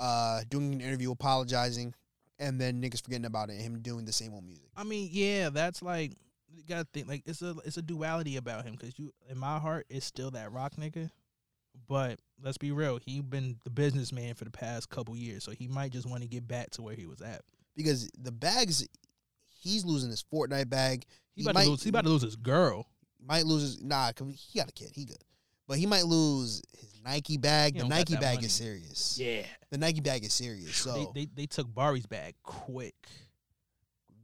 C: uh, doing an interview, apologizing, and then niggas forgetting about it. and Him doing the same old music.
B: I mean, yeah, that's like you gotta think like it's a it's a duality about him because you in my heart it's still that rock nigga, but let's be real, he been the businessman for the past couple years, so he might just want to get back to where he was at.
C: Because the bags, he's losing his Fortnite bag.
B: He,
C: He
B: about
C: might-
B: to lose. He about to lose his girl.
C: might lose his nah. 'cause He got a kid. He good, but he might lose his Nike bag.
B: He
C: The
B: don't got
C: Nike
B: that
C: bag
B: money.
C: is serious.
B: Yeah,
C: The Nike bag is serious. So
B: they, they they took Bari's bag quick.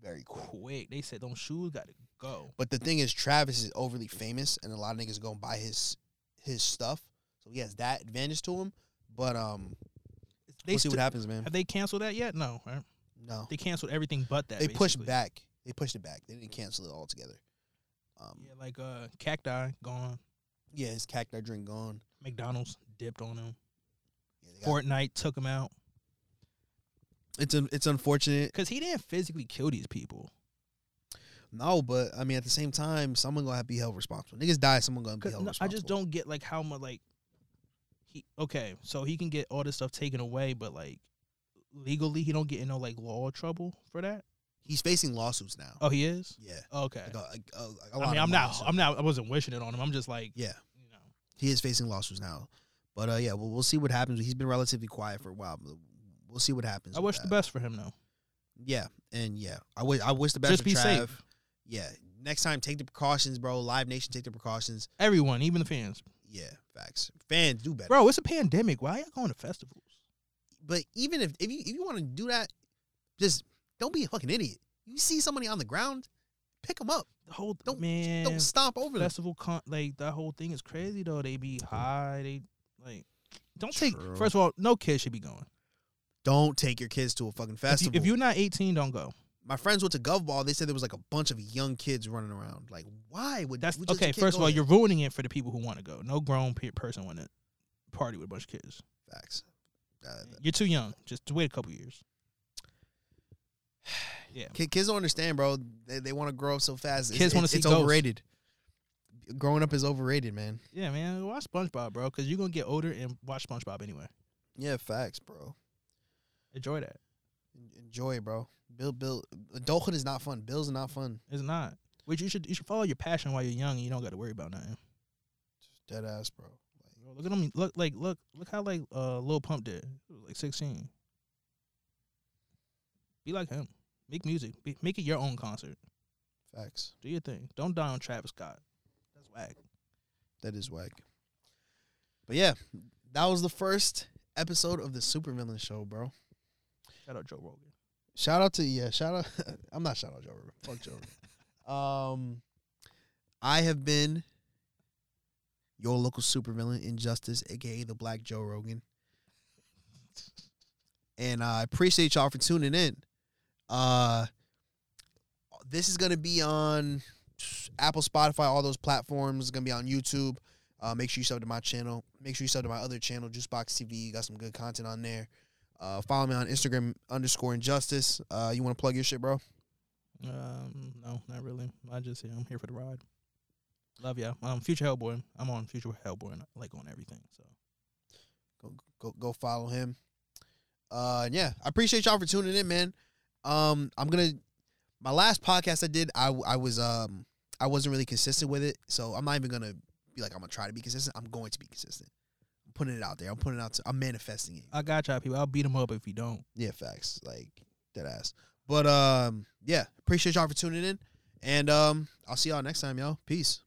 C: very cool.
B: quick. They said them shoes got to go.
C: But the thing is, Travis is overly famous, and a lot of niggas go and buy his his stuff. So he has that advantage to him. But um,
B: They
C: we'll see what
B: sti-
C: happens, man.
B: Have they canceled that yet? No, right?
C: No,
B: They canceled everything but that.
C: they pushed
B: basically.
C: back. They pushed it back. They didn't cancel it altogether. Um,
B: Yeah, like uh, cacti gone.
C: yeah, his cacti drink gone.
B: McDonald's dipped on them.
C: Yeah, they got-
B: Fortnite took him out
C: it's un- it's unfortunate.
B: because he didn't physically kill these people.
C: No, but I mean at the same time, someone gonna have to be held responsible. Niggas die, someone gonna be
B: 'Cause
C: held
B: no, I
C: responsible.
B: just don't get like how much like he okay, so he can get all this stuff taken away, but like legally he don't get in no like law trouble for that.
C: He's facing lawsuits now.
B: Oh, he is.
C: Yeah.
B: Okay.
C: Like a- like a- like a
B: I
C: lot
B: mean,
C: of
B: I'm not.
C: lawsuits.
B: I'm not. I wasn't wishing it on him. I'm just like,
C: Yeah,
B: you know,
C: he is facing lawsuits now, but uh, yeah, we'll, we'll see what happens. He's been relatively quiet for a while. But we'll see what happens.
B: I
C: with
B: wish
C: that.
B: the best for him though.
C: Yeah, and yeah, I wish I wish the best.
B: just
C: for
B: be
C: Trav.
B: safe,
C: Yeah, next time take the precautions, bro. Live Nation, take the precautions.
B: everyone, even the fans.
C: Yeah, facts. Fans do better,
B: Bro, it's a pandemic. Why y'all going to festivals?
C: But even if if you if you want to do that, just don't be a fucking idiot. You see somebody on the ground, pick them up.
B: The whole
C: Don't-
B: man
C: Don't stomp over them.
B: festival con- like that whole thing is crazy though. They be high. They like don't take.
C: True.
B: First of all, no kid should be going.
C: Don't take your kids to a fucking
B: If, you,
C: festival.
B: if you're not 18, don't go.
C: my friends went to Gov Ball, they said there was like a bunch of young kids running around. Like, why would
B: That's
C: we just
B: okay.
C: can't
B: First of
C: go
B: all,
C: there?
B: you're ruining it for the people who want to go. No grown pe- person want to party with a bunch of kids.
C: facts. Uh,
B: You're too young. Just wait a couple years. Yeah.
C: Ki- Kids don't understand, bro. They, they want to grow up so fast. It's-
B: Kids wanna
C: it's-
B: see
C: It's
B: ghosts.
C: overrated. Growing up is overrated, man.
B: Yeah, man. Watch SpongeBob, bro, because you're gonna get older and watch SpongeBob anyway.
C: Yeah, facts, bro.
B: Enjoy that.
C: En- Enjoy, bro. Bill, bill. Adulthood is not fun. Bills are not fun.
B: It's not. Which you should you should follow your passion while you're young and you don't got to worry about nothing.
C: Dead ass, bro. Like,
B: Yo, Look at him. Look like look look how like uh Lil Pump did. He was, Like sixteen. Be like him. Make music. Be, make it your own concert.
C: facts.
B: Do your thing. Don't die on Travis Scott. That's whack.
C: That is whack. But yeah, that was the first episode of the Supervillain Show, bro.
B: Shout out Joe Rogan.
C: Shout out to yeah, shout out. I'm not shout out Joe Rogan. Fuck Joe Rogan. Um, I have been your local supervillain, Injustice, aka the Black Joe Rogan, and I appreciate y'all for tuning in. Uh, this is gonna be on Apple, Spotify, all those platforms. It's gonna be on YouTube. Uh, make sure you sub to my channel. Make sure you sub to my other channel, Juicebox TV. Got some good content on there. Uh, follow me on Instagram underscore injustice. Uh, you want to plug your shit, bro?
B: Um, no, not really. I just here. I'm here for the ride. Love ya. Um, Future Hellboy. I'm on Future Hellboy, and, like on everything. So
C: Go go go follow him. Uh, and yeah, I appreciate y'all for tuning in, man. Um, I'm gonna my last podcast I did, I I was um I wasn't really consistent with it, so I'm not even gonna be like I'm gonna try to be consistent. I'm going to be consistent. I'm putting it out there. I'm putting it out. To, I'm manifesting it.
B: I got y'all, people. I'll beat him up if you don't.
C: Yeah, facts. Like dead ass. But um, yeah, appreciate y'all for tuning in, and um, I'll see y'all next time, y'all. Peace.